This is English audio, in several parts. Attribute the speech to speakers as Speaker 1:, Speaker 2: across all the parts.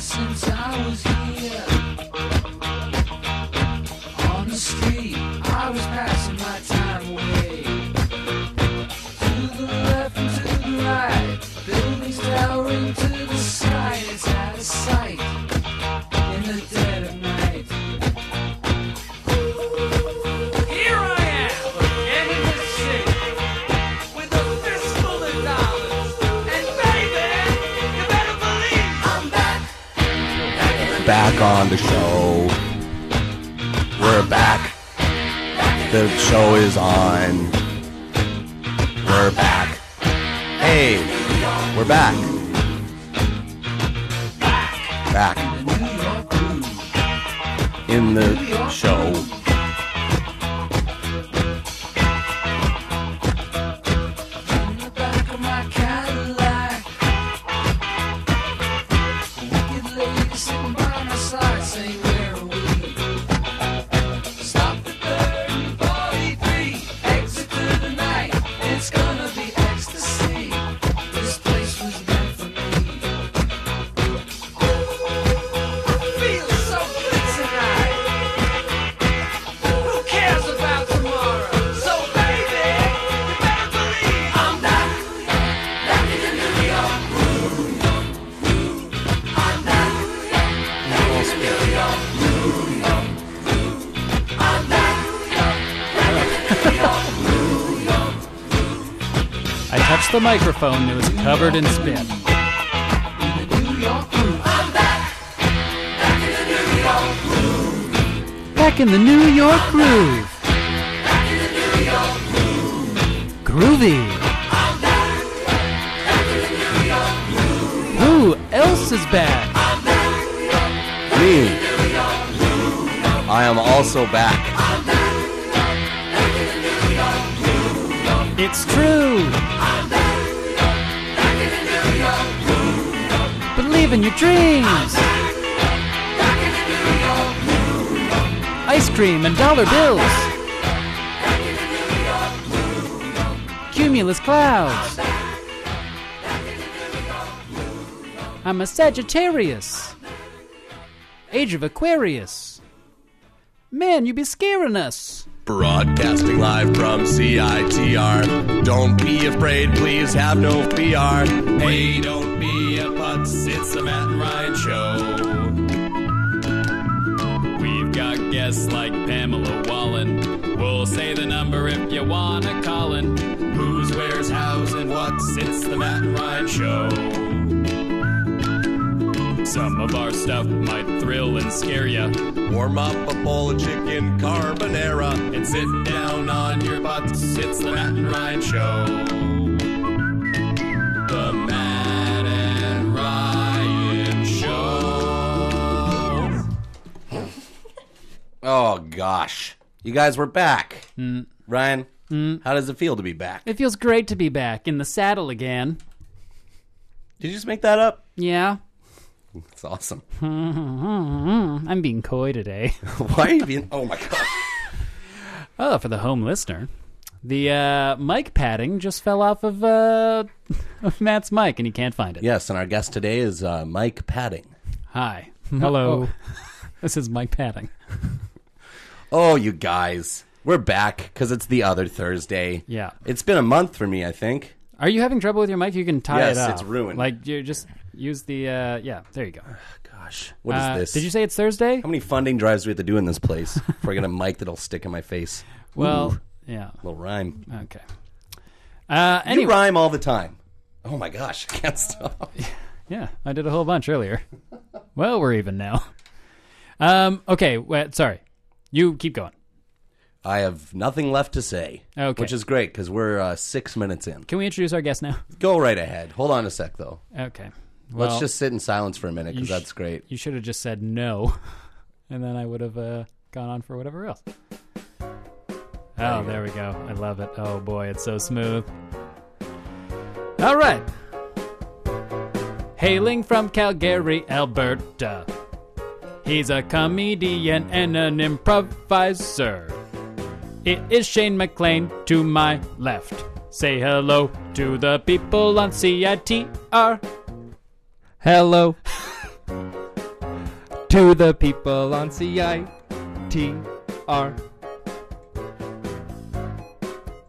Speaker 1: since I was here. On the street, I was passing my time away. To the left and to the right, buildings towering to the sky. It's out of sight in the dead of night. Here I am, and in the city, with a fistful of dollars. And baby, you better believe I'm back.
Speaker 2: back on the show. We're back. The show is on. We're back. Hey, we're back. Back in the show.
Speaker 1: In the back of my Cadillac. A wicked lady sitting by my side saying, Where are we? Stop the third and 43. Exit to the night. It's gonna be ecstasy. This place was meant for me. I feel so good tonight. Who cares about tomorrow? So baby, you better believe I'm back, back in the New York groove. I'm back, back in the New York groove. I'm back, back in the New York
Speaker 3: I touched the microphone and it was covered in spit.
Speaker 1: groove. The New York groove. I'm back, back in the New York groove.
Speaker 3: Back in the New York groove.
Speaker 1: Back in the New York groove.
Speaker 3: Groovy.
Speaker 1: I'm back, back in the New York groove.
Speaker 3: Who else is back?
Speaker 1: I'm back,
Speaker 2: Me.
Speaker 1: New York groove.
Speaker 2: I am also back.
Speaker 1: I'm back, back in the New York groove.
Speaker 3: It's true.
Speaker 1: I'm back, back in the New York groove.
Speaker 3: Believe in your dreams.
Speaker 1: Back, back in the New York groove.
Speaker 3: Ice cream and dollar bills.
Speaker 1: Back in the New York groove.
Speaker 3: Cumulus clouds.
Speaker 1: Back in the New York groove.
Speaker 3: I'm a Sagittarius. Age of Aquarius. Man, you be scaring us.
Speaker 2: Broadcasting live from CITR. Don't be afraid, please have no fear. Hey, don't be a putz, it's the Matt and Ryan show.
Speaker 4: We've got guests like Pamela Wallen. We'll say the number if you wanna call in. Who's where's how's and what's? It's the Matt and Ryan Show. Some of our stuff might thrill and scare ya,
Speaker 2: Warm up a bowl of chicken carbonara.
Speaker 4: and sit down on your butts. It's the Matt and Ryan Show. The Matt and Ryan Show.
Speaker 2: Oh gosh, you guys were back. Ryan, how does it feel to be back?
Speaker 3: It feels great to be back in the saddle again.
Speaker 2: Did you just make that up?
Speaker 3: Yeah,
Speaker 2: It's awesome.
Speaker 3: I'm being coy today.
Speaker 2: Why are you being? Oh my god.
Speaker 3: Oh, for the home listener, the uh, mic padding just fell off of, uh, of Matt's mic, and he can't find it.
Speaker 2: Yes, and our guest today is uh, Mike Padding.
Speaker 3: Hi,
Speaker 5: Hello.
Speaker 3: Oh, this is mic padding.
Speaker 2: Oh, you guys, we're back because it's the other Thursday.
Speaker 3: Yeah.
Speaker 2: it's been a month for me. I think.
Speaker 3: Are you having trouble with your mic? You can tie
Speaker 2: Yes,
Speaker 3: it up.
Speaker 2: it's ruined.
Speaker 3: Like you just use the uh, yeah. There you go.
Speaker 2: Gosh, what is
Speaker 3: Uh,
Speaker 2: this?
Speaker 3: Did you say it's Thursday?
Speaker 2: how many funding drives do we have to do in this place before I get a mic that'll stick in my face?
Speaker 3: Well, yeah.
Speaker 2: Little rhyme.
Speaker 3: Okay. Uh,
Speaker 2: You
Speaker 3: anyway,
Speaker 2: rhyme all the time. Oh my gosh, I can't stop.
Speaker 3: yeah, I did a whole bunch earlier. well, we're even now. Um, okay, wait, sorry. You keep going.
Speaker 2: I have nothing left to say.
Speaker 3: Okay.
Speaker 2: Which is great because we're uh, six minutes in.
Speaker 3: Can we introduce our guest now?
Speaker 2: Go right ahead. Hold on a sec, though.
Speaker 3: Okay. Well,
Speaker 2: Let's just sit in silence for a minute because
Speaker 3: you sh-
Speaker 2: that's great.
Speaker 3: You should have just said no, and then I would have uh, gone on for whatever else. Oh, there we go. I love it. Oh boy, it's so smooth. All right. Hailing from Calgary, Alberta. He's a comedian and an improviser. It is Shane McLean to my left. Say hello to the people on CITR. Hello.
Speaker 5: to the people on CITR.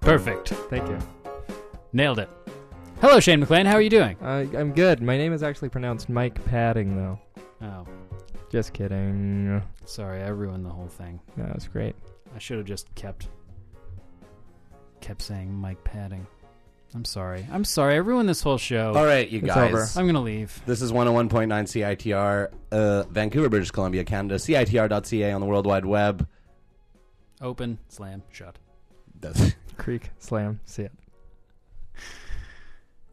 Speaker 3: Perfect.
Speaker 5: Thank you.
Speaker 3: Nailed it. Hello, Shane McLean. How are you doing?
Speaker 5: I, I'm good. My name is actually pronounced Mike Padding, though.
Speaker 3: Oh,
Speaker 5: Just kidding.
Speaker 3: sorry. I ruined the whole thing.
Speaker 5: That was great.
Speaker 3: I should have just kept kept saying Mike Padding. I'm sorry. I'm sorry. I ruined this whole show.
Speaker 2: All right, you
Speaker 5: It's
Speaker 2: guys.
Speaker 5: over.
Speaker 3: I'm gonna leave.
Speaker 2: This is 101.9 CITR, uh, Vancouver, British Columbia, Canada. CITR.ca on the World Wide Web.
Speaker 3: Open, slam, shut.
Speaker 2: That's-
Speaker 5: Creek slam. See it.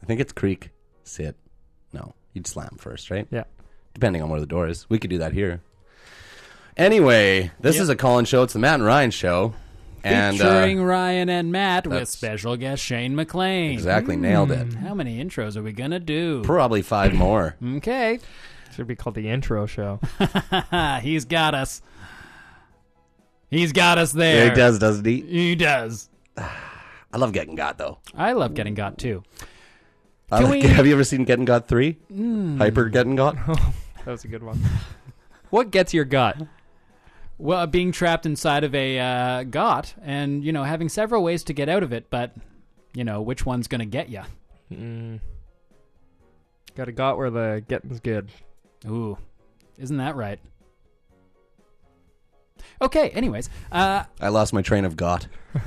Speaker 2: I think it's creak, sit. No, you'd slam first, right?
Speaker 5: Yeah.
Speaker 2: Depending on where the door is. We could do that here. Anyway, this
Speaker 3: Yep.
Speaker 2: is a call-in show. It's the Matt and Ryan show. And uh,
Speaker 3: Featuring Ryan and Matt with
Speaker 2: that's-
Speaker 3: special guest Shane McLean.
Speaker 2: exactly nailed it.
Speaker 3: How many intros are we gonna do?
Speaker 2: Probably five more.
Speaker 3: okay.
Speaker 5: Should be called the intro show.
Speaker 3: He's got us. He's got us there.
Speaker 2: Yeah, he does, doesn't he?
Speaker 3: He does.
Speaker 2: I love Getting Got, though.
Speaker 3: I love getting got too.
Speaker 2: I
Speaker 3: Can
Speaker 2: like-
Speaker 3: we- Hmm.
Speaker 2: Have you ever seen Getting Got 3? Hyper Getting Got?
Speaker 5: that was a good one. What gets your gut?
Speaker 3: Well, being trapped inside of a uh, got and, you know, having several ways to get out of it, but, you know, which one's going to get you?
Speaker 5: Mm. Got a got where the getting's good.
Speaker 3: Ooh, isn't that right? Okay, anyways, uh,
Speaker 2: I lost my train of Got.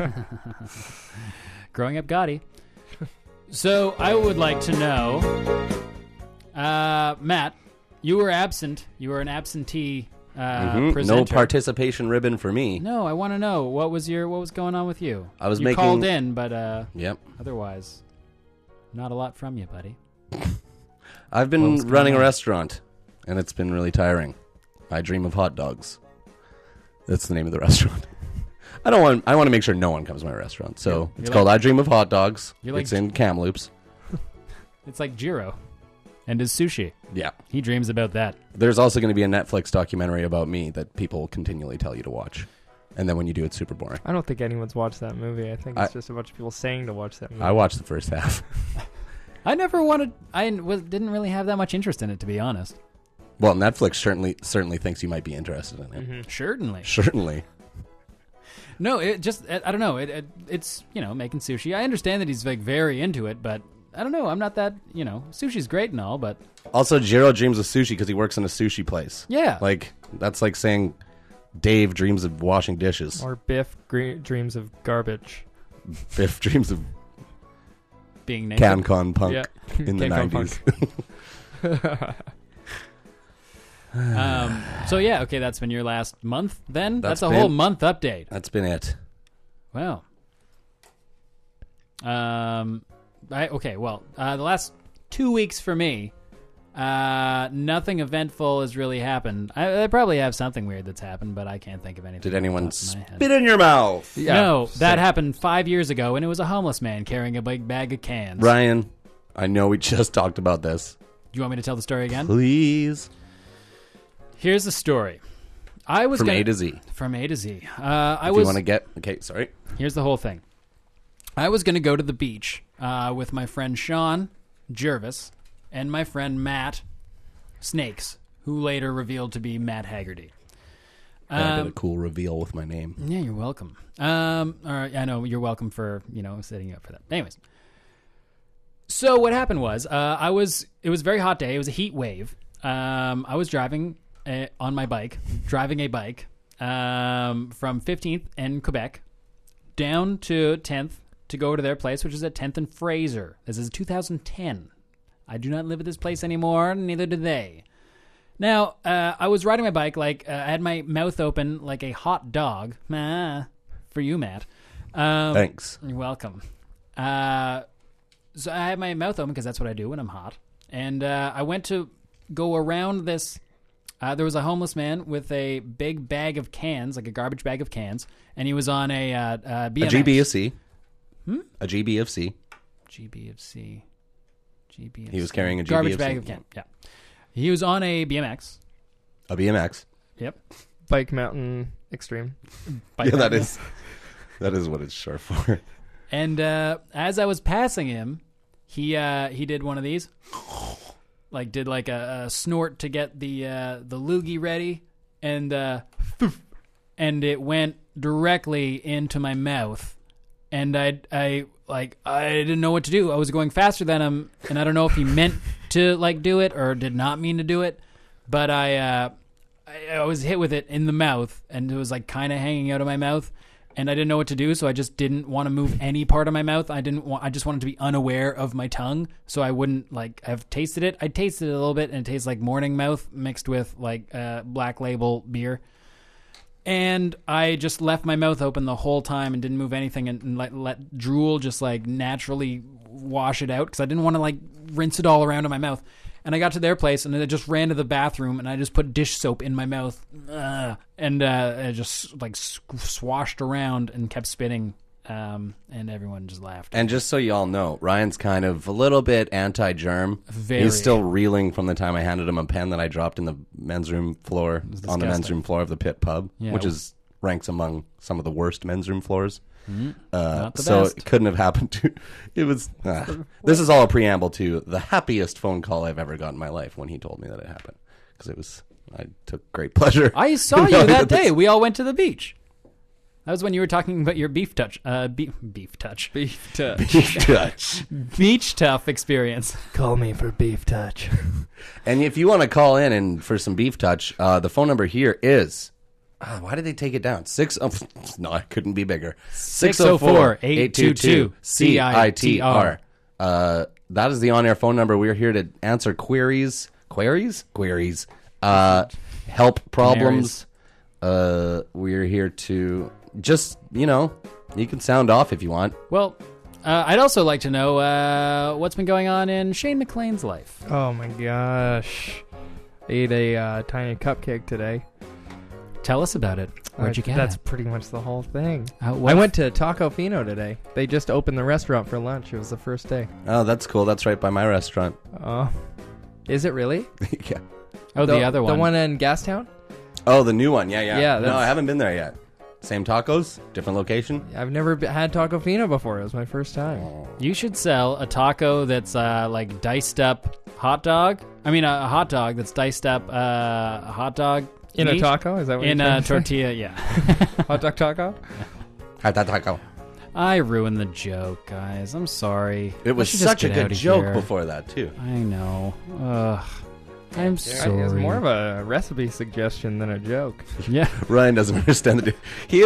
Speaker 3: growing up Gotti. So I would like to know, uh, Matt, you were absent. You were an absentee uh,
Speaker 2: Mhm. No
Speaker 3: presenter.
Speaker 2: participation ribbon for me.
Speaker 3: No, I want to know what was your what was going on with you.
Speaker 2: I was
Speaker 3: you
Speaker 2: making-
Speaker 3: called in, but uh,
Speaker 2: Yep.
Speaker 3: otherwise, not a lot from you, buddy.
Speaker 2: I've
Speaker 3: What
Speaker 2: been
Speaker 3: was going
Speaker 2: running a
Speaker 3: on?
Speaker 2: restaurant, and it's been really tiring. I dream of hot dogs. That's the name of the restaurant. I don't want. I want to make sure no one comes to my restaurant. So
Speaker 3: You're
Speaker 2: it's
Speaker 3: like-
Speaker 2: called I Dream of Hot Dogs.
Speaker 3: You're like-
Speaker 2: it's in Kamloops.
Speaker 3: It's like Jiro and his sushi.
Speaker 2: Yeah.
Speaker 3: He dreams about that.
Speaker 2: There's also going to be a Netflix documentary about me that people will continually tell you to watch, and then when you do, it's super boring.
Speaker 5: I don't think anyone's watched that movie. I think it's
Speaker 2: I-
Speaker 5: just a bunch of people saying to watch that movie.
Speaker 3: Mm.
Speaker 2: I watched the first half.
Speaker 3: I never wanted. I was, didn't really have that much interest in it, to be honest.
Speaker 2: Well, Netflix certainly certainly thinks you might be interested in it.
Speaker 3: Mm-hmm. Certainly.
Speaker 2: Certainly.
Speaker 3: No, it just. I I don't know. It, it it's you know making sushi. I understand that he's like very into it, but I don't know. I'm not that you know. Sushi's great and all, but
Speaker 2: Also, Jiro dreams of sushi because he works in a sushi place.
Speaker 3: yeah,
Speaker 2: Like that's like saying Dave dreams of washing dishes.
Speaker 5: Or Biff gre- dreams of garbage.
Speaker 2: Biff dreams of
Speaker 3: being naked.
Speaker 2: CanCon punk
Speaker 5: Yeah.
Speaker 2: in the
Speaker 5: Can't go
Speaker 2: nineties.
Speaker 3: Um, so yeah, okay, that's been your last month. Then that's,
Speaker 2: That's
Speaker 3: a whole
Speaker 2: been-
Speaker 3: month update.
Speaker 2: That's been it.
Speaker 3: Wow. Um, I okay. Well, uh, the last two weeks for me, uh, nothing eventful has really happened. I, I probably have something weird that's happened, but I can't think of anything.
Speaker 2: Did
Speaker 3: off the
Speaker 2: anyone
Speaker 3: top of my head.
Speaker 2: spit in your mouth?
Speaker 3: no,
Speaker 5: Yeah.
Speaker 3: that happened five years ago, and it was a homeless man carrying a big bag of cans.
Speaker 2: Ryan, I know we just talked about this.
Speaker 3: Do you want me to tell the story again?
Speaker 2: Please.
Speaker 3: Here's the story. I was
Speaker 2: From
Speaker 3: gonna,
Speaker 2: A to Z.
Speaker 3: from A to Z. Uh, I
Speaker 2: If you
Speaker 3: was
Speaker 2: want to get okay, sorry.
Speaker 3: Here's the whole thing. I was going to go to the beach uh, with my friend Sean Jervis and my friend Matt Snakes, who later revealed to be Matt Haggerty.
Speaker 2: I did
Speaker 3: Um,
Speaker 2: a cool reveal with my name.
Speaker 3: yeah, you're welcome. Um, all right, I know you're welcome for you know setting you up for that. Anyways, so what happened was uh, I was it was a very hot day. It was a heat wave. Um, I was driving uh on my bike, driving a bike um, from 15th and Quebec down to 10th to go to their place, which is at 10th and Fraser. This is 2010. I do not live at this place anymore. Neither do they. Now, uh, I was riding my bike like uh, I had my mouth open like a hot dog. Ah, for you, Matt. Um,
Speaker 2: Thanks.
Speaker 3: You're welcome. Uh, so I had my mouth open because that's what I do when I'm hot. And uh, I went to go around this. Uh, there was a homeless man with a big bag of cans, like a garbage bag of cans, and he was on a uh, uh,
Speaker 2: A
Speaker 3: BMX.
Speaker 2: GBFC.
Speaker 3: Hmm?
Speaker 2: A GBFC.
Speaker 3: GB of C. GB.
Speaker 2: He was carrying a
Speaker 3: garbage
Speaker 2: GBFC.
Speaker 3: bag of cans. Yeah, he was on a BMX.
Speaker 2: A BMX.
Speaker 3: Yep.
Speaker 5: Bike Mountain Extreme.
Speaker 3: Bike
Speaker 2: Yeah, that
Speaker 3: ride.
Speaker 2: is that is what it's short for.
Speaker 3: And uh, as I was passing him, he uh, he did one of these, like did like a, a snort to get the uh, the loogie ready, and uh, and it went directly into my mouth, and I I like I didn't know what to do. I was going faster than him, and I don't know if he meant to like do it or did not mean to do it, but I. Uh, I, I was hit with it in the mouth, and it was like kind of hanging out of my mouth, and I didn't know what to do, so I just didn't want to move any part of my mouth. I didn't want. I just wanted to be unaware of my tongue, so I wouldn't like have tasted it. I tasted it a little bit, and it tastes like morning mouth mixed with like uh, black label beer. And I just left my mouth open the whole time and didn't move anything, and, and let, let drool just like naturally wash it out because I didn't want to like rinse it all around in my mouth. And I got to their place, and then I just ran to the bathroom, and I just put dish soap in my mouth, Ugh. and uh, I just like sw- swashed around and kept spitting, um, and everyone just laughed.
Speaker 2: And just so you all know, Ryan's kind of a little bit anti-germ.
Speaker 3: Very.
Speaker 2: He's still reeling from the time I handed him a pen that I dropped in the men's room floor on the men's
Speaker 3: disgusting.
Speaker 2: room floor of the pit pub,
Speaker 3: Yeah,
Speaker 2: which
Speaker 3: it
Speaker 2: is ranks among some of the worst men's room floors. Uh,
Speaker 3: Mm-hmm. Not the
Speaker 2: so it
Speaker 3: best.
Speaker 2: couldn't have happened to. It was. ah. this is all a preamble to the happiest phone call I've ever got in my life when he told me that it happened because it was. I took great pleasure.
Speaker 3: I
Speaker 2: in
Speaker 3: saw you
Speaker 2: knowing
Speaker 3: that
Speaker 2: this-
Speaker 3: day. We all went to the beach. That was when you were talking about your beef touch, uh, beef, beef touch,
Speaker 4: Beef touch.
Speaker 2: Touch.
Speaker 3: beach tough experience.
Speaker 5: Call me for beef touch.
Speaker 2: And if you want to call in and for some beef touch, uh, the phone number here is. ah, why did they take it down? Six. Oh, no, I couldn't be bigger.
Speaker 3: 604-822-CITR.
Speaker 2: Uh, that is the on-air phone number. We're here to answer queries, queries, queries, uh, help problems. Uh, we're here to just you know, you can sound off if you want.
Speaker 3: Well, uh, I'd also like to know uh, what's been going on in Shane McLean's life.
Speaker 5: Oh my gosh. I ate a uh, tiny cupcake today.
Speaker 3: Tell us about it. Where'd
Speaker 5: Uh,
Speaker 3: you get
Speaker 5: That's
Speaker 3: it?
Speaker 5: pretty much the whole thing.
Speaker 3: Uh, what-
Speaker 5: I went to Taco Fino today. They just opened the restaurant for lunch. It was the first day.
Speaker 2: Oh, that's cool. That's right by my restaurant.
Speaker 3: Uh,
Speaker 5: Oh. Is it really?
Speaker 2: yeah.
Speaker 3: Oh, the, other one.
Speaker 5: The one in Gastown?
Speaker 2: Oh, the new one. Yeah, yeah.
Speaker 5: Yeah,
Speaker 2: No,
Speaker 5: that's-
Speaker 2: I haven't been there yet. Same tacos, different location.
Speaker 5: I've never be- had Taco Fino before. It was my first time.
Speaker 3: You should sell a taco that's uh, like diced up hot dog. I mean, a, a hot dog that's diced up uh, hot dog
Speaker 5: In
Speaker 3: meat?
Speaker 5: a taco? Is that what
Speaker 3: in
Speaker 5: you're trying
Speaker 3: a
Speaker 5: to say?
Speaker 3: tortilla. Yeah.
Speaker 5: Hot dog taco?
Speaker 2: Had that taco.
Speaker 3: I ruined the joke, guys. I'm sorry.
Speaker 2: It
Speaker 3: I
Speaker 2: was
Speaker 3: should just
Speaker 2: such a
Speaker 3: get
Speaker 2: good
Speaker 3: outta
Speaker 2: joke
Speaker 3: here.
Speaker 2: before that too.
Speaker 3: I know. Ugh. I'm
Speaker 5: I-
Speaker 3: sorry.
Speaker 5: It was more of a recipe suggestion than a joke.
Speaker 3: yeah.
Speaker 2: Ryan doesn't understand the. He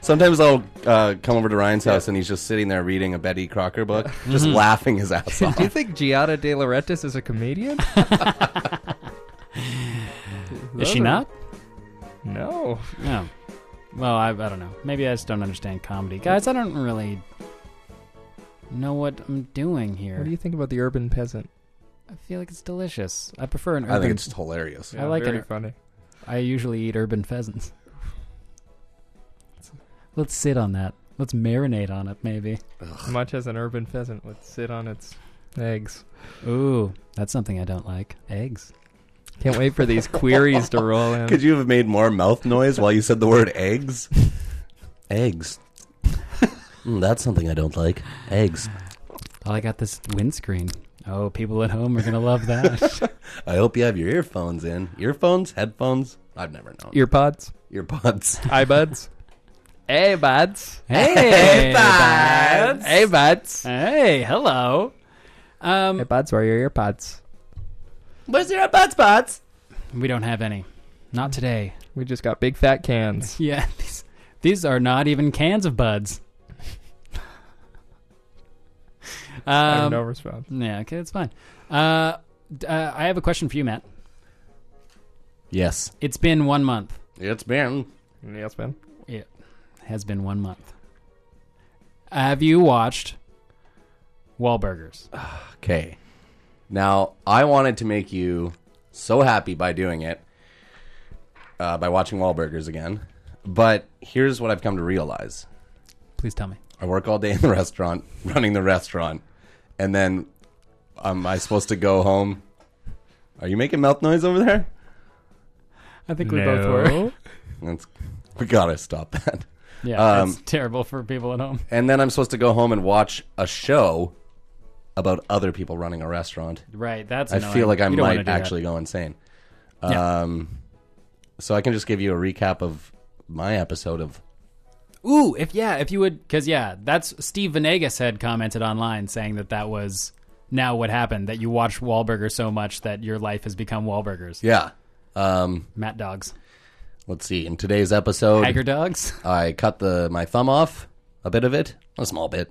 Speaker 2: sometimes I'll uh, come over to Ryan's house and he's just sitting there reading a Betty Crocker book, just
Speaker 3: Mm-hmm.
Speaker 2: laughing his ass off.
Speaker 5: Do you think Giada De Laurentiis is a comedian?
Speaker 3: Is
Speaker 5: Those
Speaker 3: she
Speaker 5: are-
Speaker 3: not?
Speaker 5: No.
Speaker 3: No. Well, I, I don't know. Maybe I just don't understand comedy. Guys, I don't really know what I'm doing here.
Speaker 5: What do you think about the urban peasant?
Speaker 3: I feel like it's delicious. I prefer an
Speaker 2: I
Speaker 3: urban.
Speaker 2: think it's hilarious.
Speaker 3: I like
Speaker 5: very
Speaker 3: it.
Speaker 5: funny.
Speaker 3: I usually eat urban pheasants. Let's sit on that. Let's marinate on it, maybe.
Speaker 5: Much as an urban pheasant would sit on its eggs.
Speaker 3: Ooh, that's something I don't like. Eggs.
Speaker 5: Can't wait for these queries to roll in.
Speaker 2: Could you have made more mouth noise while you said the word eggs? eggs. Mm, that's something I don't like. Eggs.
Speaker 3: Oh, I got this windscreen. Oh, people at home are gonna love that.
Speaker 2: I hope you have your earphones in. Earphones, headphones. I've never known.
Speaker 5: Earpods?
Speaker 2: Earbuds.
Speaker 5: iBuds? hey, buds.
Speaker 3: hey, buds.
Speaker 5: Hey, buds.
Speaker 3: Hey, hello.
Speaker 5: Hey,
Speaker 3: Um,
Speaker 5: buds, where are your earpods?
Speaker 2: Where's your buds, buds?
Speaker 3: we don't have any. Not today.
Speaker 5: We just got big fat cans.
Speaker 3: Yeah, these these are not even cans of buds.
Speaker 5: I have
Speaker 3: um,
Speaker 5: no response.
Speaker 3: yeah, okay, that's fine. Uh, d- uh, I have a question for you, Matt.
Speaker 2: Yes.
Speaker 3: It's been one month.
Speaker 2: It's been.
Speaker 5: Yes, man.
Speaker 3: It has been one month. Have you watched Wahlburgers?
Speaker 2: Okay. Now, I wanted to make you so happy by doing it, uh, by watching Wahlburgers again. But here's what I've come to realize
Speaker 3: Please tell me.
Speaker 2: I work all day in the restaurant, running the restaurant, and then am I supposed to go home? Are you making mouth noise over there?
Speaker 3: I think
Speaker 2: That's, we gotta stop that.
Speaker 3: Yeah,
Speaker 2: Um,
Speaker 3: it's terrible for people at home.
Speaker 2: And then I'm supposed to go home and watch a show about other people running a restaurant.
Speaker 3: Right. That's.
Speaker 2: I
Speaker 3: annoying.
Speaker 2: feel like I
Speaker 3: You don't wanna
Speaker 2: might
Speaker 3: do that.
Speaker 2: actually go insane.
Speaker 3: Yeah.
Speaker 2: Um, so I can just give you a recap of my episode of
Speaker 3: Ooh, if yeah, if you would, because yeah, that's Steve Venegas had commented online saying that that was now what happened that you watched Wahlburger so much that your life has become Wahlburgers.
Speaker 2: yeah. Um,
Speaker 3: Matt Dogs,
Speaker 2: let's see. In today's episode,
Speaker 3: Tiger Dogs.
Speaker 2: I cut the my thumb off a bit of it, a small bit.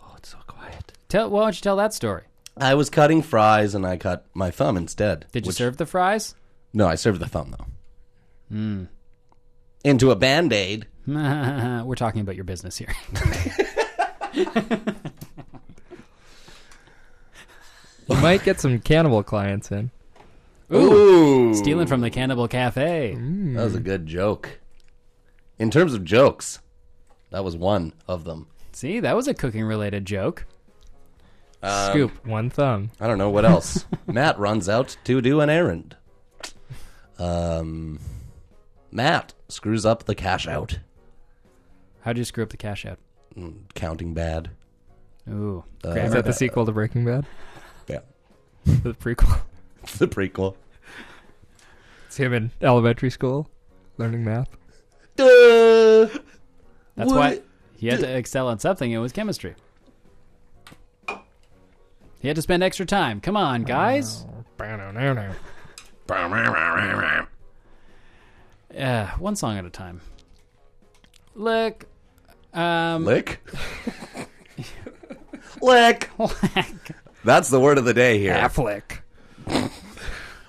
Speaker 2: Oh, it's so quiet.
Speaker 3: Tell why don't you tell that story?
Speaker 2: I was cutting fries and I cut my thumb instead.
Speaker 3: Did you
Speaker 2: which-
Speaker 3: serve the fries? Hmm.
Speaker 2: No, I served the thumb though. Into a band aid.
Speaker 3: We're talking about your business here.
Speaker 5: You might get some cannibal clients in.
Speaker 2: Ooh, Mm.
Speaker 3: Stealing from the Cannibal Cafe.
Speaker 2: That
Speaker 3: Hmm.
Speaker 2: was a good joke. In terms of jokes, that was one of them.
Speaker 3: See, that was a cooking related joke.
Speaker 2: Um,
Speaker 5: Scoop one thumb.
Speaker 2: I don't know what else. Matt runs out to do an errand. Um, Matt screws up the cash out, Mm,
Speaker 3: How'd you screw up the cash out?
Speaker 2: counting bad. Uh,
Speaker 3: Ooh.
Speaker 5: Is
Speaker 3: grammar.
Speaker 5: that the sequel to Breaking Bad?
Speaker 2: Yeah,
Speaker 5: The prequel.
Speaker 2: it's the prequel.
Speaker 5: It's him in elementary school, learning math.
Speaker 2: Duh.
Speaker 3: That's why he had to excel on something. It was chemistry. He had to spend extra time. Come on, guys. Uh, one song at a time. Look. Um,
Speaker 2: Lick. Lick. That's the word of the day here.
Speaker 5: Affleck.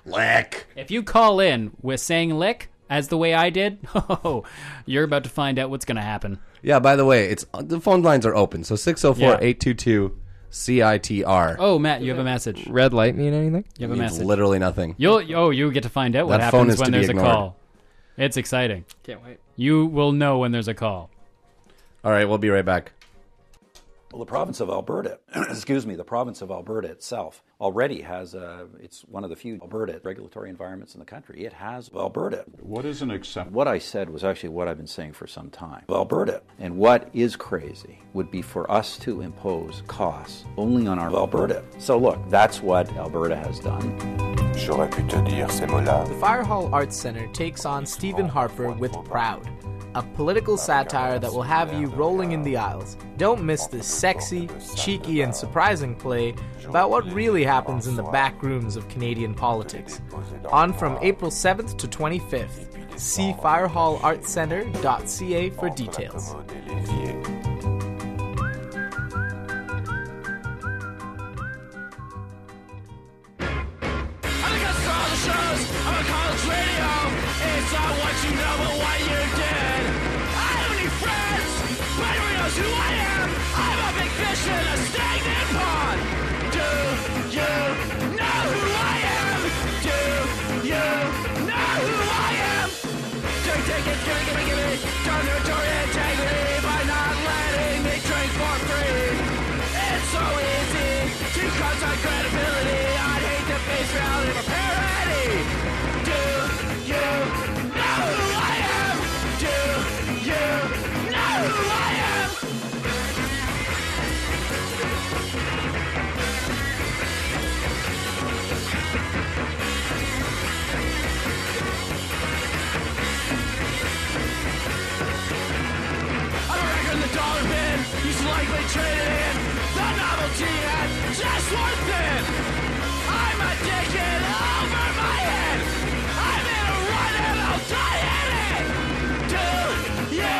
Speaker 2: Lick.
Speaker 3: If you call in with saying lick as the way I did, oh, you're about to find out what's going to happen.
Speaker 2: Yeah, by the way, it's uh, the phone lines are open. So 604-822 CITR.
Speaker 3: Oh, Matt, you have a message. You
Speaker 5: Red light mean anything?
Speaker 3: have a
Speaker 2: Means
Speaker 3: message.
Speaker 2: literally nothing.
Speaker 3: You'll oh, you get to find out what
Speaker 2: That phone
Speaker 3: happens
Speaker 2: is
Speaker 3: when
Speaker 2: to be
Speaker 3: there's a
Speaker 2: ignored.
Speaker 3: call. It's exciting.
Speaker 5: Can't wait.
Speaker 3: You will know when there's a call.
Speaker 2: All right, we'll be right back.
Speaker 6: Well, the province of Alberta, excuse me, the province of Alberta itself already has a, it's one of the few Alberta regulatory environments in the country. It has Alberta.
Speaker 7: What is an exception?
Speaker 6: What I said was actually what I've been saying for some time. Alberta. And what is crazy would be for us to impose costs only on our Alberta. So look, that's what Alberta has done.
Speaker 8: J'aurais pu te dire ces mots-là.
Speaker 9: Firehall Arts Center takes on Stephen Harper with Proud, a political satire that will have you rolling in the aisles. Don't miss this sexy, cheeky, and surprising play about what really happens in the back rooms of Canadian politics. On from April 7th to 25th. See firehallartscenter.ca for details.
Speaker 1: I'm gonna cut all the shows. I'm gonna call it radio. It's not what you know, but what you did. I don't need friends. but Everyone knows who I am. I'm a big fish in a stagnant pond. Do you know who I am? Do you know who I am? Drink tickets, gimme, gimme, gimme. Dormitory integrity by not letting me drink for free. It's so easy to cause our credibility. I hate the face reality of a parody. Do you know who I am? Do you know who I am? I'm a record in the dollar bin. You should likely trade it in. The novelty had just one thing. I'm addicted over my head. I'm in a run and I'll die in it. Do you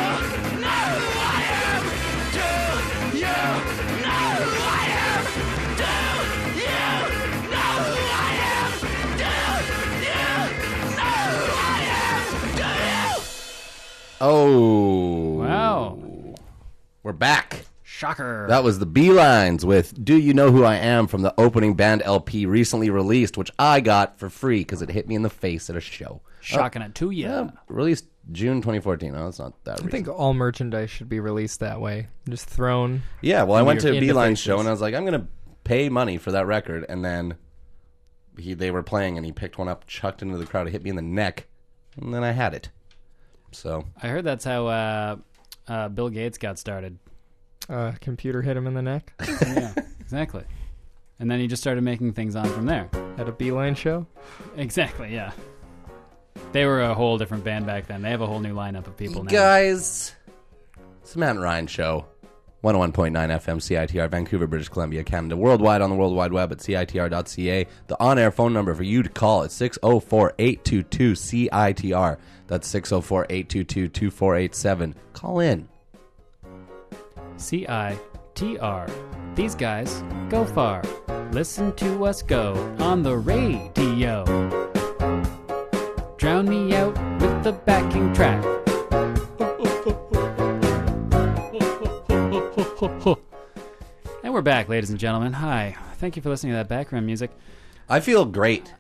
Speaker 1: know who I am? Do you know who I am? Do you know who I am? Do you know who I am? Do you?
Speaker 2: Oh.
Speaker 3: Wow.
Speaker 2: We're back.
Speaker 3: Shocker.
Speaker 2: That was the Beelines with Do You Know Who I Am from the opening band LP recently released, which I got for free because it hit me in the face at a show.
Speaker 3: Shocking it to you.
Speaker 2: Released June 2014. Oh, that's not that
Speaker 5: I
Speaker 2: recent.
Speaker 5: think all merchandise should be released that way. Just thrown.
Speaker 2: Yeah, well, I went to
Speaker 3: your
Speaker 2: a
Speaker 3: interfaces.
Speaker 2: Beeline show and I was like, I'm going to pay money for that record. And then he they were playing and he picked one up, chucked into the crowd, it hit me in the neck, and then I had it. So,
Speaker 3: I heard that's how uh, uh, Bill Gates got started.
Speaker 5: Uh, computer hit him in the neck.
Speaker 3: exactly. And then he just started making things on from there.
Speaker 5: At a Beeline show?
Speaker 3: Exactly, yeah. They were a whole different band back then. They have a whole new lineup of people now.
Speaker 2: Guys, it's the Matt and Ryan Show, 101.9 FM CITR, Vancouver, British Columbia, Canada, worldwide on the World Wide Web at CITR.ca. The on air phone number for you to call is 604 822 CITR. That's 604 822 2487. Call in.
Speaker 3: C I T R. These guys go far. Listen to us go on the radio. Drown me out with the backing track. And we're back, ladies and gentlemen. Hi. Thank you for listening to that background music.
Speaker 2: I feel great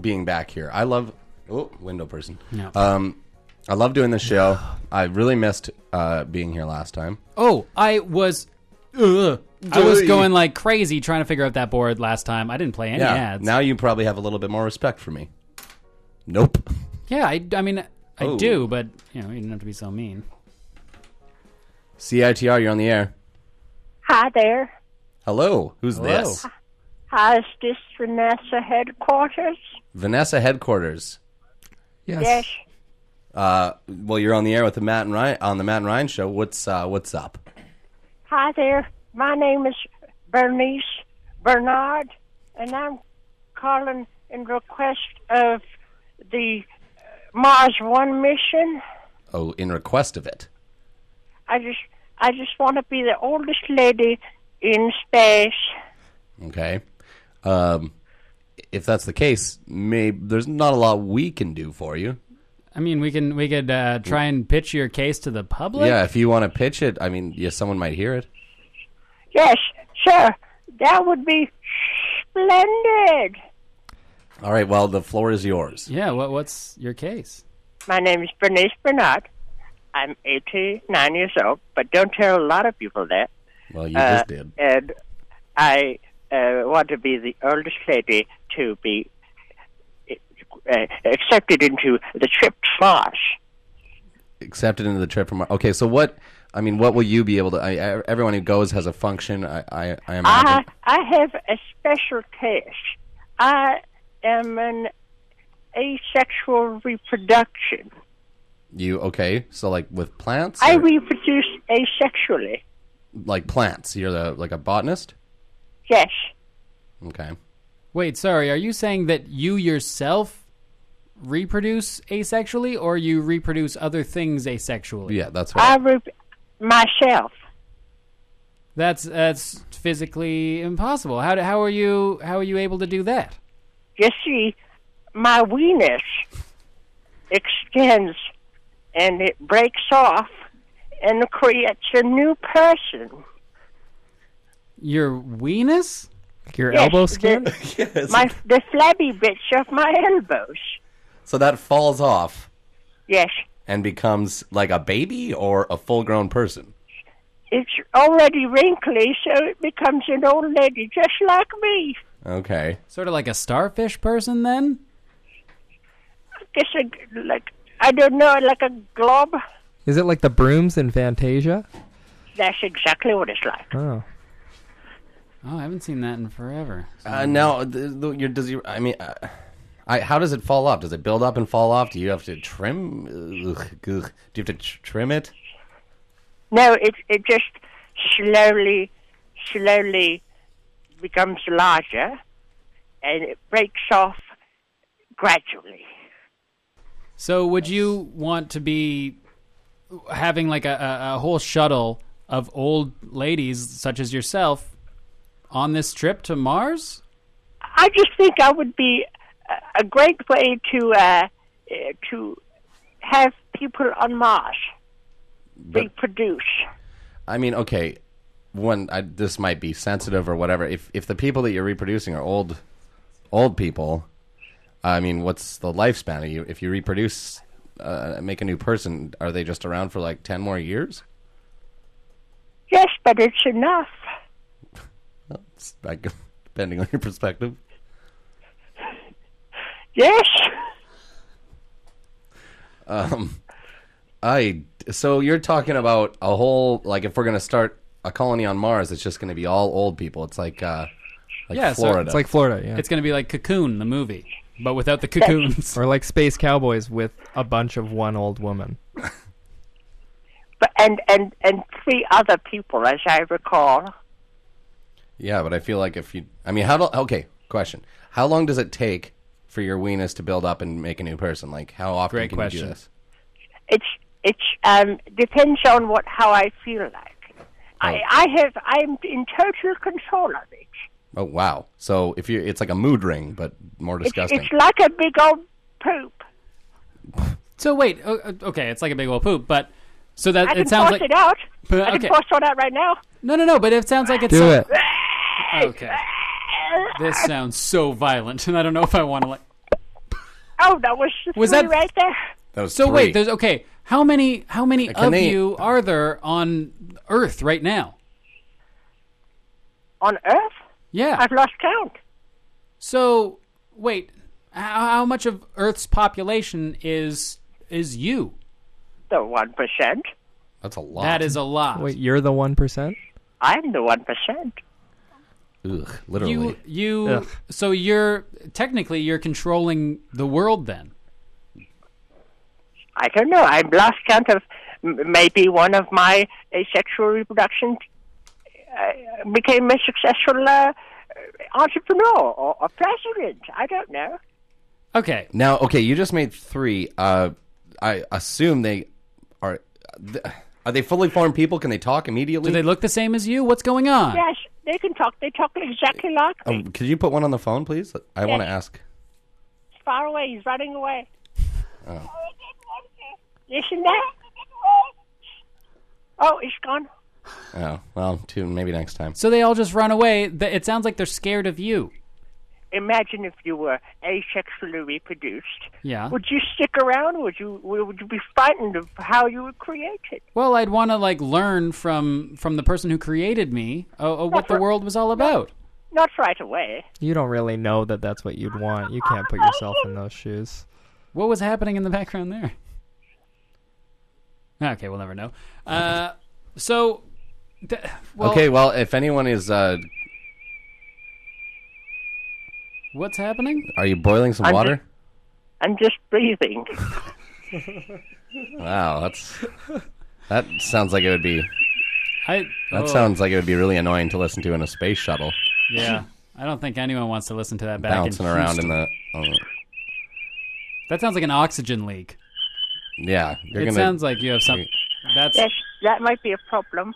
Speaker 2: being back here. I love. Oh, window person.
Speaker 3: No.
Speaker 2: Um, I love doing this show. I really missed uh, being here last time.
Speaker 3: Oh, I was. Ugh. I was
Speaker 2: Dude.
Speaker 3: going like crazy trying to figure out that board last time. I didn't play any ads.
Speaker 2: Now you probably have a little bit more respect for me. Nope.
Speaker 3: yeah, I, I mean, I
Speaker 2: Oh.
Speaker 3: do, but you know, you didn't have to be so mean.
Speaker 2: CITR, you're on the air.
Speaker 7: Hi there.
Speaker 2: Hello. Who's this?
Speaker 7: Hi, is this Vanessa headquarters?
Speaker 2: Vanessa headquarters.
Speaker 5: Yes.
Speaker 7: Yes.
Speaker 2: Uh, well, you're on the air with the Matt and Ryan on the Matt and Ryan show. What's uh, what's up?
Speaker 7: Hi there. My name is Bernice Bernard, and I'm calling in request of the uh, Mars One mission.
Speaker 2: Oh, in request of it.
Speaker 7: I just, I just want to be the oldest lady in space.
Speaker 2: Okay. Um, if that's the case, may there's not a lot we can do for you.
Speaker 3: I mean, we can we could uh, try and pitch your case to the public.
Speaker 2: Yeah, if you want to pitch it, I mean, yeah, someone might hear it.
Speaker 7: Yes, sir. That would be splendid.
Speaker 2: All right. Well, the floor is yours.
Speaker 3: Yeah, what what's your case?
Speaker 7: My name is Bernice Bernard. I'm 89 years old, but don't tell a lot of people that.
Speaker 2: Well, you
Speaker 7: Uh,
Speaker 2: just did.
Speaker 7: And I uh, want to be the oldest lady to be uh, accepted into the trip class.
Speaker 2: accepted into the trip from okay so what i mean what will you be able to I, I, everyone who goes has a function i i, I imagine
Speaker 7: I, I have a special taste. I am an asexual reproduction.
Speaker 2: you okay so like with plants
Speaker 7: I
Speaker 2: or-
Speaker 7: reproduce asexually.
Speaker 2: like plants you're the like a botanist
Speaker 7: Yes.
Speaker 2: okay
Speaker 3: Wait, sorry, are you saying that you yourself reproduce asexually, or you reproduce other things asexually?
Speaker 2: yeah that's
Speaker 7: I
Speaker 2: what
Speaker 7: re- myself.
Speaker 3: That's that's physically impossible. How do, how are you how are you able to do that?
Speaker 7: You see, my weenus extends and it breaks off and creates a new person.
Speaker 3: Your weenus?
Speaker 5: Like your
Speaker 7: Yes,
Speaker 5: elbow skin?
Speaker 7: The, my, the flabby bits of my elbows.
Speaker 2: so that falls off
Speaker 7: Yes,
Speaker 2: and becomes like a baby or a full grown person
Speaker 7: it's already wrinkly, so it becomes an old lady just like me.
Speaker 2: okay
Speaker 3: Sort of like a starfish person then?
Speaker 7: I guess a, like I don't know, like a glob.
Speaker 5: Is it like the brooms in Fantasia?
Speaker 7: That's exactly what it's like.
Speaker 5: Oh.
Speaker 3: Oh, I haven't seen that in forever.
Speaker 2: uh, now th- th- your does your i mean uh, I, how does it fall off? Does it build up and fall off? Do you have to trim? Ugh, ugh. Do you have to tr- trim it?
Speaker 7: No, it it just slowly, slowly becomes larger, and it breaks off gradually.
Speaker 3: So, would you want to be having like a, a, a whole shuttle of old ladies such as yourself on this trip to Mars?
Speaker 7: I just think I would be a- a great way to uh, uh, to have people on Mars reproduce.
Speaker 2: I mean, okay, one I, this might be sensitive or whatever. If if the people that you're reproducing are old, old people, I mean, what's the lifespan of you? If you reproduce, uh, make a new person, are they just around for like ten more years?
Speaker 7: Yes, but it's enough.
Speaker 2: It's like, depending on your perspective.
Speaker 7: Yes,
Speaker 2: Um, I so you're talking about a whole like if we're gonna start a colony on Mars that's just going to be all old people. It's like, uh, like
Speaker 3: Yeah, so
Speaker 2: Florida.
Speaker 5: It's like Florida, yeah.
Speaker 3: It's going to be like Cocoon, the movie, but without the cocoons.
Speaker 5: or like Space Cowboys with a bunch of one old woman.
Speaker 7: But, and, and, and three other people, as I recall.
Speaker 2: yeah, but I feel like if you, I mean, how do? Okay, question: How long does it take for your weenus to build up and make a new person? Like, how often
Speaker 3: Great
Speaker 2: can you
Speaker 3: question.
Speaker 2: do this?
Speaker 7: It's it's um, depends on what how I feel like. I, I have I'm in total control of it.
Speaker 2: Oh wow! So if you, it's like a mood ring, but more
Speaker 7: It's,
Speaker 2: disgusting.
Speaker 7: it's like a big old poop.
Speaker 3: so wait, o- o- okay, it's like a big old poop, but so that
Speaker 7: I
Speaker 3: it
Speaker 7: can
Speaker 3: sounds
Speaker 7: force
Speaker 3: like
Speaker 7: it out.
Speaker 3: But,
Speaker 7: I
Speaker 3: okay.
Speaker 7: can force it out right now.
Speaker 3: no, no, no, but it sounds like it's
Speaker 5: Do it.
Speaker 3: okay. This sounds so violent, and I don't know if I want to like.
Speaker 7: Oh, that was just
Speaker 3: Was
Speaker 7: three
Speaker 3: that-
Speaker 7: right there.
Speaker 2: That was
Speaker 3: So
Speaker 2: three.
Speaker 3: wait, there's okay. How many how many
Speaker 2: Can
Speaker 3: of
Speaker 2: they-
Speaker 3: you are there on Earth right now?
Speaker 7: On Earth,
Speaker 3: Yeah.
Speaker 7: I've lost count.
Speaker 3: So wait, how, how much of Earth's population is is you?
Speaker 7: The one percent.
Speaker 2: that's a lot.
Speaker 3: That is a lot.
Speaker 5: Wait, you're the one percent?
Speaker 7: I'm the one percent.
Speaker 2: Ugh, literally.
Speaker 3: you you
Speaker 5: Ugh.
Speaker 3: so you're technically you're controlling the world then.
Speaker 7: I don't know. I've lost count of m- maybe one of my asexual reproduction uh, became a successful uh, entrepreneur or, or president. I don't know.
Speaker 3: Okay.
Speaker 2: Now, okay, you just made three. Uh, I assume they are. th- Are they fully formed people? Can they talk immediately?
Speaker 3: Do they look the same as you? What's going on?
Speaker 7: Yes, they can talk. They talk exactly like me.
Speaker 2: Um, could you put one on the phone, please? I want to ask.
Speaker 7: He's far away. He's running away.
Speaker 2: Oh,
Speaker 7: Listen there. Oh, he's gone.
Speaker 2: Oh, well, two, maybe next time.
Speaker 3: So they all just run away. Th- It sounds like they're scared of you.
Speaker 7: Imagine if you were asexually reproduced.
Speaker 3: Yeah.
Speaker 7: Would you stick around? Would you would you be frightened of how you were created?
Speaker 3: Well, I'd want to like learn from from the person who created me uh, uh, what the
Speaker 7: for-
Speaker 3: world was all about.
Speaker 7: Not right away.
Speaker 5: You don't really know that that's what you'd want. You can't put yourself in those shoes.
Speaker 3: What was happening in the background there? Okay, we'll never know. Uh, so, th- well,
Speaker 2: okay, well, if anyone is, uh,
Speaker 3: what's happening?
Speaker 2: are you boiling some
Speaker 7: I'm
Speaker 2: water?
Speaker 7: I'm just breathing.
Speaker 2: Wow, that's that sounds like it would be.
Speaker 3: I
Speaker 2: That
Speaker 3: oh,
Speaker 2: sounds like it would be really annoying to listen to in a space shuttle,
Speaker 3: yeah. I don't think anyone wants to listen to that back in
Speaker 2: bouncing around in
Speaker 3: Houston.
Speaker 2: the. oh,
Speaker 3: That sounds like an oxygen leak.
Speaker 2: yeah, you're
Speaker 3: it
Speaker 2: gonna.
Speaker 3: sounds like you have some. That's
Speaker 7: Yes, that might be a problem.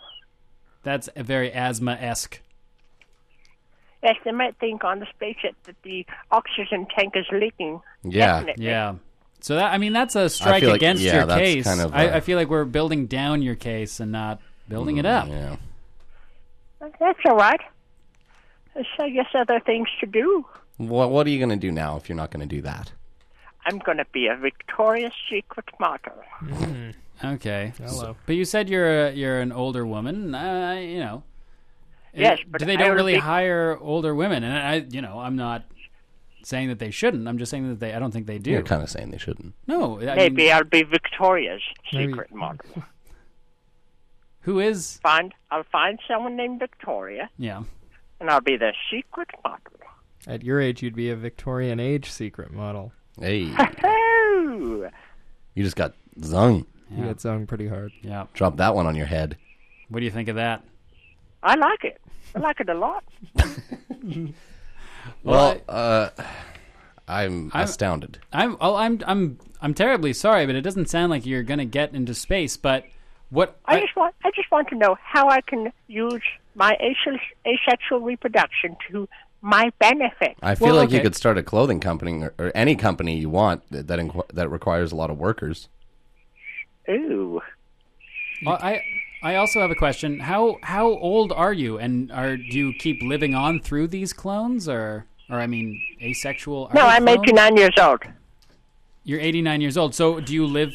Speaker 3: that's a very asthma esque.
Speaker 7: Yes, they might think on the spaceship that the oxygen tank is leaking.
Speaker 2: yeah,
Speaker 7: Definitely.
Speaker 3: Yeah. So that I mean that's a strike
Speaker 2: feel like-
Speaker 3: against
Speaker 2: yeah,
Speaker 3: your
Speaker 2: that's
Speaker 3: case.
Speaker 2: kind of, uh,
Speaker 3: I, I feel like we're building down your case and not building it up.
Speaker 2: Mm, yeah.
Speaker 7: That's all right. There's, I guess, other things to do.
Speaker 2: What What are you gonna do now if you're not gonna do that?
Speaker 7: I'm going to be a Victoria's Secret model.
Speaker 3: Mm-hmm. Okay. Hello. But you said you're a, you're an older woman. Uh, you know.
Speaker 7: Yes,
Speaker 3: Uh,
Speaker 7: but
Speaker 3: do they
Speaker 7: I
Speaker 3: don't
Speaker 7: don't
Speaker 3: really
Speaker 7: think-
Speaker 3: hire older women? And I, you know, I'm not saying that they shouldn't. I'm just saying that they. I don't think they do.
Speaker 2: You're kind of saying they shouldn't.
Speaker 3: No. I
Speaker 7: Maybe
Speaker 3: Mean,
Speaker 7: I'll be Victoria's Secret model.
Speaker 3: who is?
Speaker 7: Find, I'll find someone named Victoria,
Speaker 3: Yeah.
Speaker 7: and I'll be their secret model.
Speaker 5: At your age, you'd be a Victorian age secret model.
Speaker 2: Hey,
Speaker 7: Oh,
Speaker 2: you just got zung.
Speaker 5: You get sung pretty hard.
Speaker 3: Yeah.
Speaker 2: Drop that one on your head.
Speaker 3: What do you think of that?
Speaker 7: I like it. I like it a lot.
Speaker 2: Well, uh, I'm,
Speaker 3: I'm-
Speaker 2: astounded.
Speaker 3: I'm well, I'm I'm I'm terribly sorry, but it doesn't sound like you're gonna get into space. But what
Speaker 7: I just want I just want to know how I can use my asexual, asexual reproduction to my benefit.
Speaker 2: I feel
Speaker 3: Well,
Speaker 2: like you
Speaker 3: okay.
Speaker 2: could start a clothing company or, or any company you want that that, inqu- that requires a lot of workers.
Speaker 7: Ooh.
Speaker 3: Well, Uh, I I also have a question. How how old are you, and are do you keep living on through these clones, or or I mean, asexual? Are
Speaker 7: No,
Speaker 3: you
Speaker 7: I'm
Speaker 3: clone?
Speaker 7: 89 years old.
Speaker 3: You're 89 years old. So do you live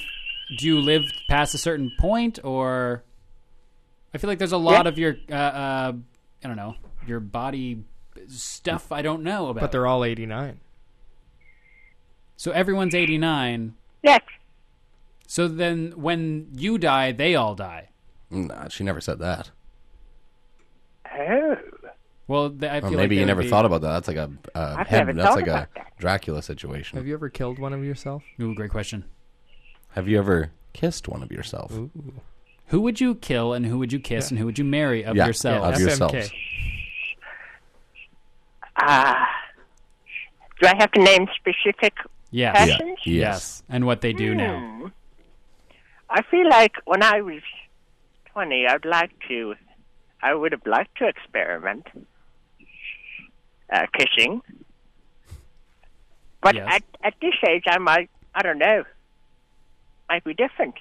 Speaker 3: do you live past a certain point, or I feel like there's a lot
Speaker 7: Yeah.
Speaker 3: of your uh, uh, I don't know your body stuff I don't know about.
Speaker 5: But they're all 89.
Speaker 3: so everyone's 89.
Speaker 7: Yes.
Speaker 3: So then when you die, they all die.
Speaker 2: Mm, Nah, she never said that.
Speaker 7: Oh,
Speaker 3: Well, th- I feel
Speaker 2: Or
Speaker 3: like
Speaker 2: maybe
Speaker 3: they
Speaker 2: you
Speaker 3: would
Speaker 2: never
Speaker 3: be-
Speaker 2: thought about that. That's like a uh,
Speaker 7: I've
Speaker 2: head,
Speaker 7: never
Speaker 2: that's
Speaker 7: thought
Speaker 2: like a
Speaker 7: about that.
Speaker 2: Dracula situation.
Speaker 5: Have you ever killed one of yourself?
Speaker 3: Ooh, great question.
Speaker 2: Have you ever kissed one of yourself?
Speaker 3: Who would you kill and who would you kiss and who would you marry of
Speaker 2: Yeah,
Speaker 3: yourself?
Speaker 2: of
Speaker 5: FMK.
Speaker 2: yourselves.
Speaker 7: ah. Do I have to name specific?
Speaker 3: Yes.
Speaker 7: Yeah.
Speaker 2: Yes.
Speaker 3: And what they do
Speaker 7: Hmm.
Speaker 3: now.
Speaker 7: I feel like when I was 20, I'd like to, I would have liked to experiment uh, kissing. But
Speaker 3: Yes.
Speaker 7: at, at this age, I might, I don't know, might be different.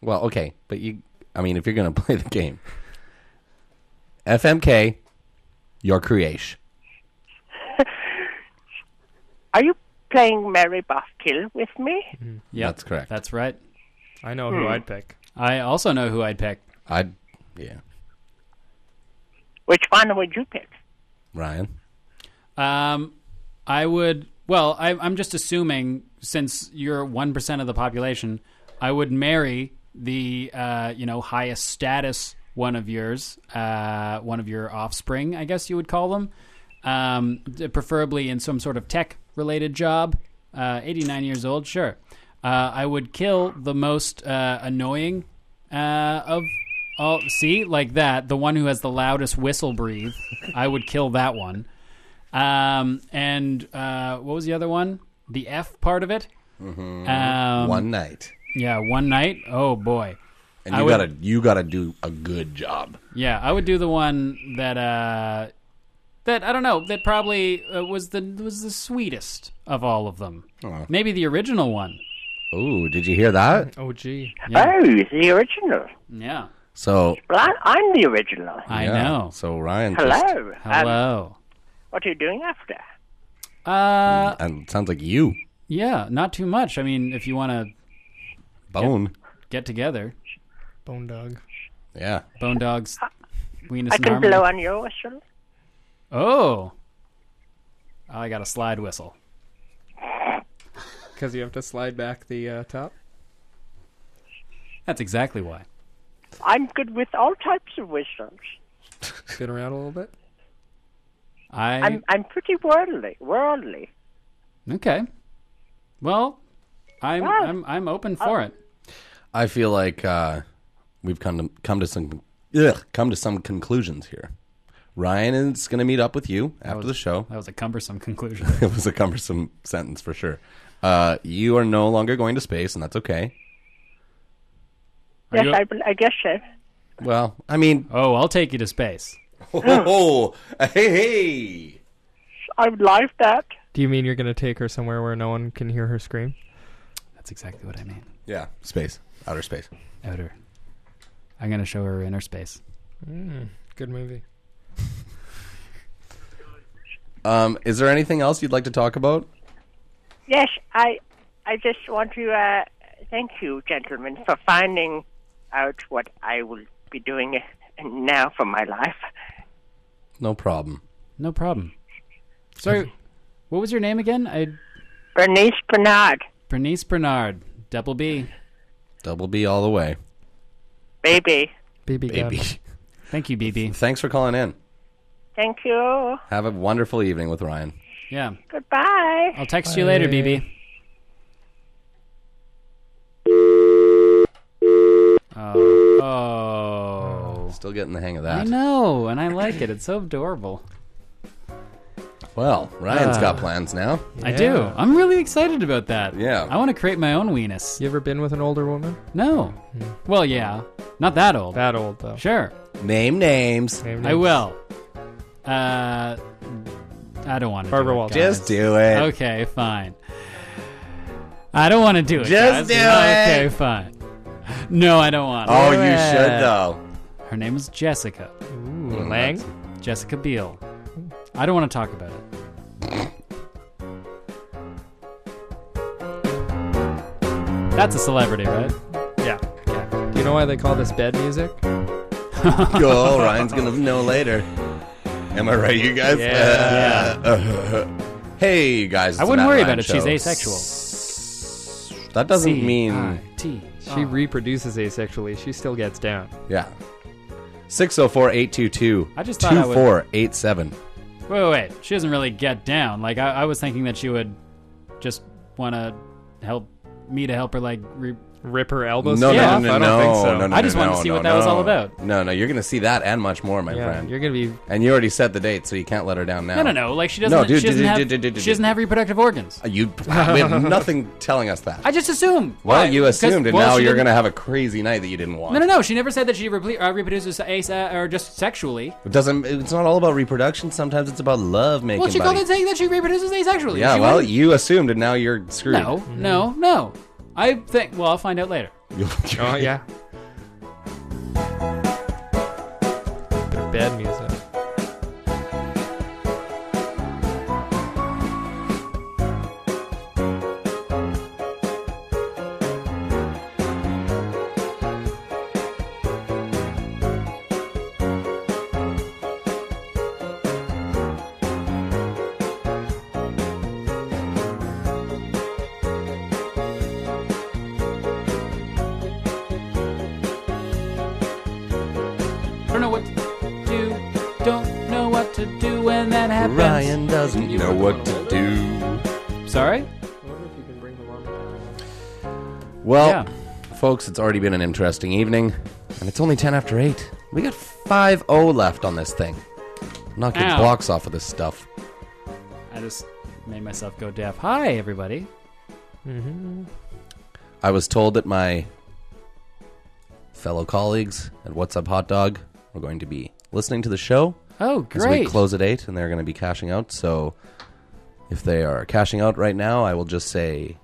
Speaker 2: Well, okay, but you. I mean, if you're going to play the game, FMK, your creation.
Speaker 7: Are you playing Mary Bothkill with me?
Speaker 3: Yep.
Speaker 2: That's correct.
Speaker 3: That's right.
Speaker 5: I know who I'd pick.
Speaker 3: I also know who I'd pick.
Speaker 2: I'd. Yeah,
Speaker 7: Which one would you pick?
Speaker 2: Ryan.
Speaker 3: Um, I would. Well, I, I'm just assuming since you're one percent of the population, I would marry the uh, you know highest status one of yours, uh, one of your offspring, I guess you would call them, um, d- preferably in some sort of tech related job. Uh, 89 years old, sure. Uh, I would kill the most uh, annoying uh, of all. See, like that, the one who has the loudest whistle breathe. I would kill that one. Um, and uh, what was the other one? The F part of it. Um,
Speaker 2: Mm-hmm. one night,
Speaker 3: Yeah, one night. Oh boy.
Speaker 2: and
Speaker 3: I
Speaker 2: you
Speaker 3: would-
Speaker 2: gotta you gotta do a good job.
Speaker 3: Yeah, I would do the one that uh, that I don't know that probably uh, was the was the sweetest of all of them. Maybe the original one.
Speaker 2: Ooh, did you hear that?
Speaker 5: Oh, gee.
Speaker 7: Oh, the original.
Speaker 3: Yeah,
Speaker 2: So
Speaker 7: Well, I, I'm the original.
Speaker 3: I
Speaker 2: yeah,
Speaker 3: know.
Speaker 2: So Ryan. just-
Speaker 7: Hello. Um,
Speaker 3: Hello.
Speaker 7: what are you doing after?
Speaker 3: Uh,
Speaker 2: Mm, and it sounds like you
Speaker 3: yeah, not too much. I mean, if you want to
Speaker 2: bone.
Speaker 3: get together,
Speaker 5: Bone dog.
Speaker 2: Yeah.
Speaker 3: Bone Dogs, Weenus
Speaker 7: I
Speaker 3: and
Speaker 7: can
Speaker 3: Harmony.
Speaker 7: blow on your whistle.
Speaker 3: Oh, I got a slide whistle.
Speaker 5: Because you have to slide back the uh, top.
Speaker 3: That's exactly why.
Speaker 7: I'm good with all types of whistles.
Speaker 5: Spin around a little bit.
Speaker 3: I
Speaker 7: I'm I'm pretty worldly. Worldly.
Speaker 3: okay. Well, I'm
Speaker 7: Well,
Speaker 3: I'm I'm open
Speaker 7: Ah.
Speaker 3: for it.
Speaker 2: I feel like uh, we've come to come to some ugh, come to some conclusions here. Ryan is going to meet up with you after the show.
Speaker 3: That was a cumbersome conclusion.
Speaker 2: it was a cumbersome sentence for sure. Uh, you are no longer going to space, and that's okay.
Speaker 7: Yes,
Speaker 3: you-
Speaker 7: I, bel- I guess so.
Speaker 2: Well, I mean,
Speaker 3: oh, I'll take you to space.
Speaker 2: oh, hey, hey,
Speaker 7: I would like that.
Speaker 5: Do you mean you're going to take her somewhere where no one can hear her scream?
Speaker 3: That's exactly what I mean.
Speaker 2: yeah, space, outer space.
Speaker 3: Outer. I'm gonna show her inner space.
Speaker 5: Hmm, Good movie.
Speaker 2: Um, is there anything else you'd like to talk about?
Speaker 7: Yes, I I just want to uh, thank you, gentlemen, for finding out what I will be doing now for my life.
Speaker 2: No problem.
Speaker 3: No problem. Sorry, what was your name again? I
Speaker 7: Bernice Bernard,
Speaker 3: Bernice Bernard, double B.
Speaker 2: Double B all the way,
Speaker 7: baby.
Speaker 5: BB gun.
Speaker 2: baby.
Speaker 3: Thank you, BB.
Speaker 2: Thanks for calling in.
Speaker 7: Thank you.
Speaker 2: Have a wonderful evening with Ryan.
Speaker 3: Yeah,
Speaker 7: Goodbye.
Speaker 3: I'll text you later,
Speaker 5: Bye.
Speaker 3: BB. Oh. oh.
Speaker 2: Still getting the hang of
Speaker 3: I
Speaker 2: that.
Speaker 3: know, and I like it. It's so adorable.
Speaker 2: Well, Ryan's
Speaker 3: Ah.
Speaker 2: got plans now.
Speaker 3: I do.
Speaker 5: Yeah.
Speaker 3: I'm really excited about that.
Speaker 2: Yeah.
Speaker 3: I want to create my own weenus.
Speaker 5: You ever been with an older woman? Hmm.
Speaker 3: No. Well, yeah. Not that old.
Speaker 5: That old, though.
Speaker 3: Sure.
Speaker 2: Name names.
Speaker 5: Maybe
Speaker 3: I will. Uh, I don't want to.
Speaker 5: Barbara
Speaker 3: do it,
Speaker 5: Walters.
Speaker 3: guys.
Speaker 2: Just do it.
Speaker 3: Okay, fine. I don't want to do it. guys.
Speaker 2: Just do
Speaker 3: okay,
Speaker 2: it.
Speaker 3: fine. No, I don't want. to.
Speaker 2: Oh, you should though. Mm,
Speaker 3: Her name is Jessica.
Speaker 5: Ooh, Lang?
Speaker 3: Jessica Biel. I don't want to talk about it. That's a celebrity, right?
Speaker 5: Yeah. yeah. Do you know why they call this bed music?
Speaker 2: Go. Ryan's gonna know later. Am I right, you guys?
Speaker 3: Yeah.
Speaker 2: hey, you guys.
Speaker 3: I
Speaker 2: it's
Speaker 3: wouldn't
Speaker 2: the
Speaker 3: worry about
Speaker 2: Matt
Speaker 3: it. She's
Speaker 2: Ryan
Speaker 3: asexual.
Speaker 2: Show. That doesn't mean.
Speaker 3: C I T. Oh.
Speaker 5: She reproduces asexually. She still gets down.
Speaker 2: Yeah. 604 822
Speaker 3: I just thought I would-
Speaker 2: 2487.
Speaker 3: Wait, wait, wait. She doesn't really get down. Like I, I was thinking that she would just want to help me to help her. Like re-
Speaker 5: Rip her
Speaker 2: No,
Speaker 5: elbows
Speaker 2: no,
Speaker 5: off?
Speaker 2: no,
Speaker 5: I
Speaker 2: no,
Speaker 5: don't
Speaker 2: no,
Speaker 5: think so.
Speaker 2: no, no.
Speaker 3: I just
Speaker 2: no,
Speaker 3: wanted to see
Speaker 2: no,
Speaker 3: what that was
Speaker 2: no.
Speaker 3: all about.
Speaker 2: No, no, you're going to see that and much more, my
Speaker 5: Yeah,
Speaker 2: friend.
Speaker 5: you're gonna be.
Speaker 2: And you already set the date, so you can't let her down now.
Speaker 3: no, no, no. Like she doesn't.
Speaker 2: No, dude,
Speaker 3: she doesn't
Speaker 2: dude,
Speaker 3: have.
Speaker 2: dude, dude, dude, dude,
Speaker 3: she doesn't have reproductive organs.
Speaker 2: You we have nothing telling us that.
Speaker 3: I just assume.
Speaker 2: well,
Speaker 3: Why?
Speaker 2: you
Speaker 3: Because-
Speaker 2: assumed, and
Speaker 3: well,
Speaker 2: now
Speaker 3: she
Speaker 2: you're
Speaker 3: didn't-
Speaker 2: going to have a crazy night that you didn't want.
Speaker 3: No, no, no. She never said that she reple- uh, reproduces ace uh, or just sexually.
Speaker 2: It doesn't. It's not all about reproduction. Sometimes it's about love making.
Speaker 3: Well, she
Speaker 2: buddy.
Speaker 3: called it saying that she reproduces asexually.
Speaker 2: Yeah,
Speaker 3: She
Speaker 2: well,
Speaker 3: wouldn't-
Speaker 2: you assumed, and now you're screwed.
Speaker 3: no, no, no. I think. Well, I'll find out later.
Speaker 5: Oh yeah. Bad music.
Speaker 3: Don't know what to do. Don't know what to do when that happens.
Speaker 2: Ryan doesn't know what to do.
Speaker 3: Sorry.
Speaker 2: Well,
Speaker 3: Yeah.
Speaker 2: folks, it's already been an interesting evening, and it's only 10 after 8. We got 5 0 left on this thing. I'm not getting
Speaker 3: Ow.
Speaker 2: blocks off of this stuff.
Speaker 3: I just made myself go deaf. Hi, everybody.
Speaker 2: I was told that my fellow colleagues at What's Up Hot Dog are going to be listening to the show
Speaker 3: Oh,
Speaker 2: as
Speaker 3: great.
Speaker 2: we close at 8, and they're going to be cashing out. So if they are cashing out right now, I will just say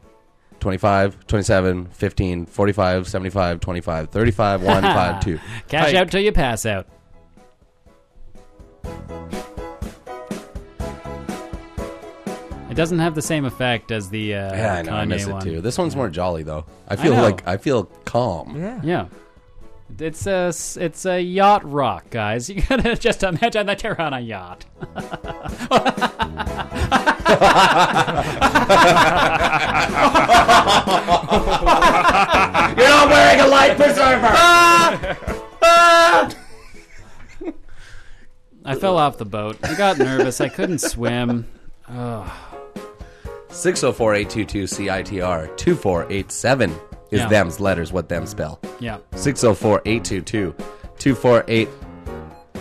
Speaker 2: 25, 27, 15, 45, 75, 25, 35, 1, 5, 2.
Speaker 3: Cash
Speaker 5: Pike.
Speaker 3: out till you pass out. It doesn't have the same effect as the uh,
Speaker 2: Yeah, I know.
Speaker 3: Kanye
Speaker 2: I miss it
Speaker 3: one.
Speaker 2: too. This one's more jolly though. I feel
Speaker 3: know.
Speaker 2: like I feel calm. Yeah.
Speaker 3: Yeah. It's a s- it's a yacht rock, guys. You gotta just imagine that you're on a yacht.
Speaker 2: You're not wearing a life preserver. Ah!
Speaker 3: I fell off the boat. I got nervous. I couldn't swim.
Speaker 2: 604-822-CITR 2487 is
Speaker 3: Yeah.
Speaker 2: them's letters what them spell.
Speaker 3: Yeah.
Speaker 2: 604-822-2487.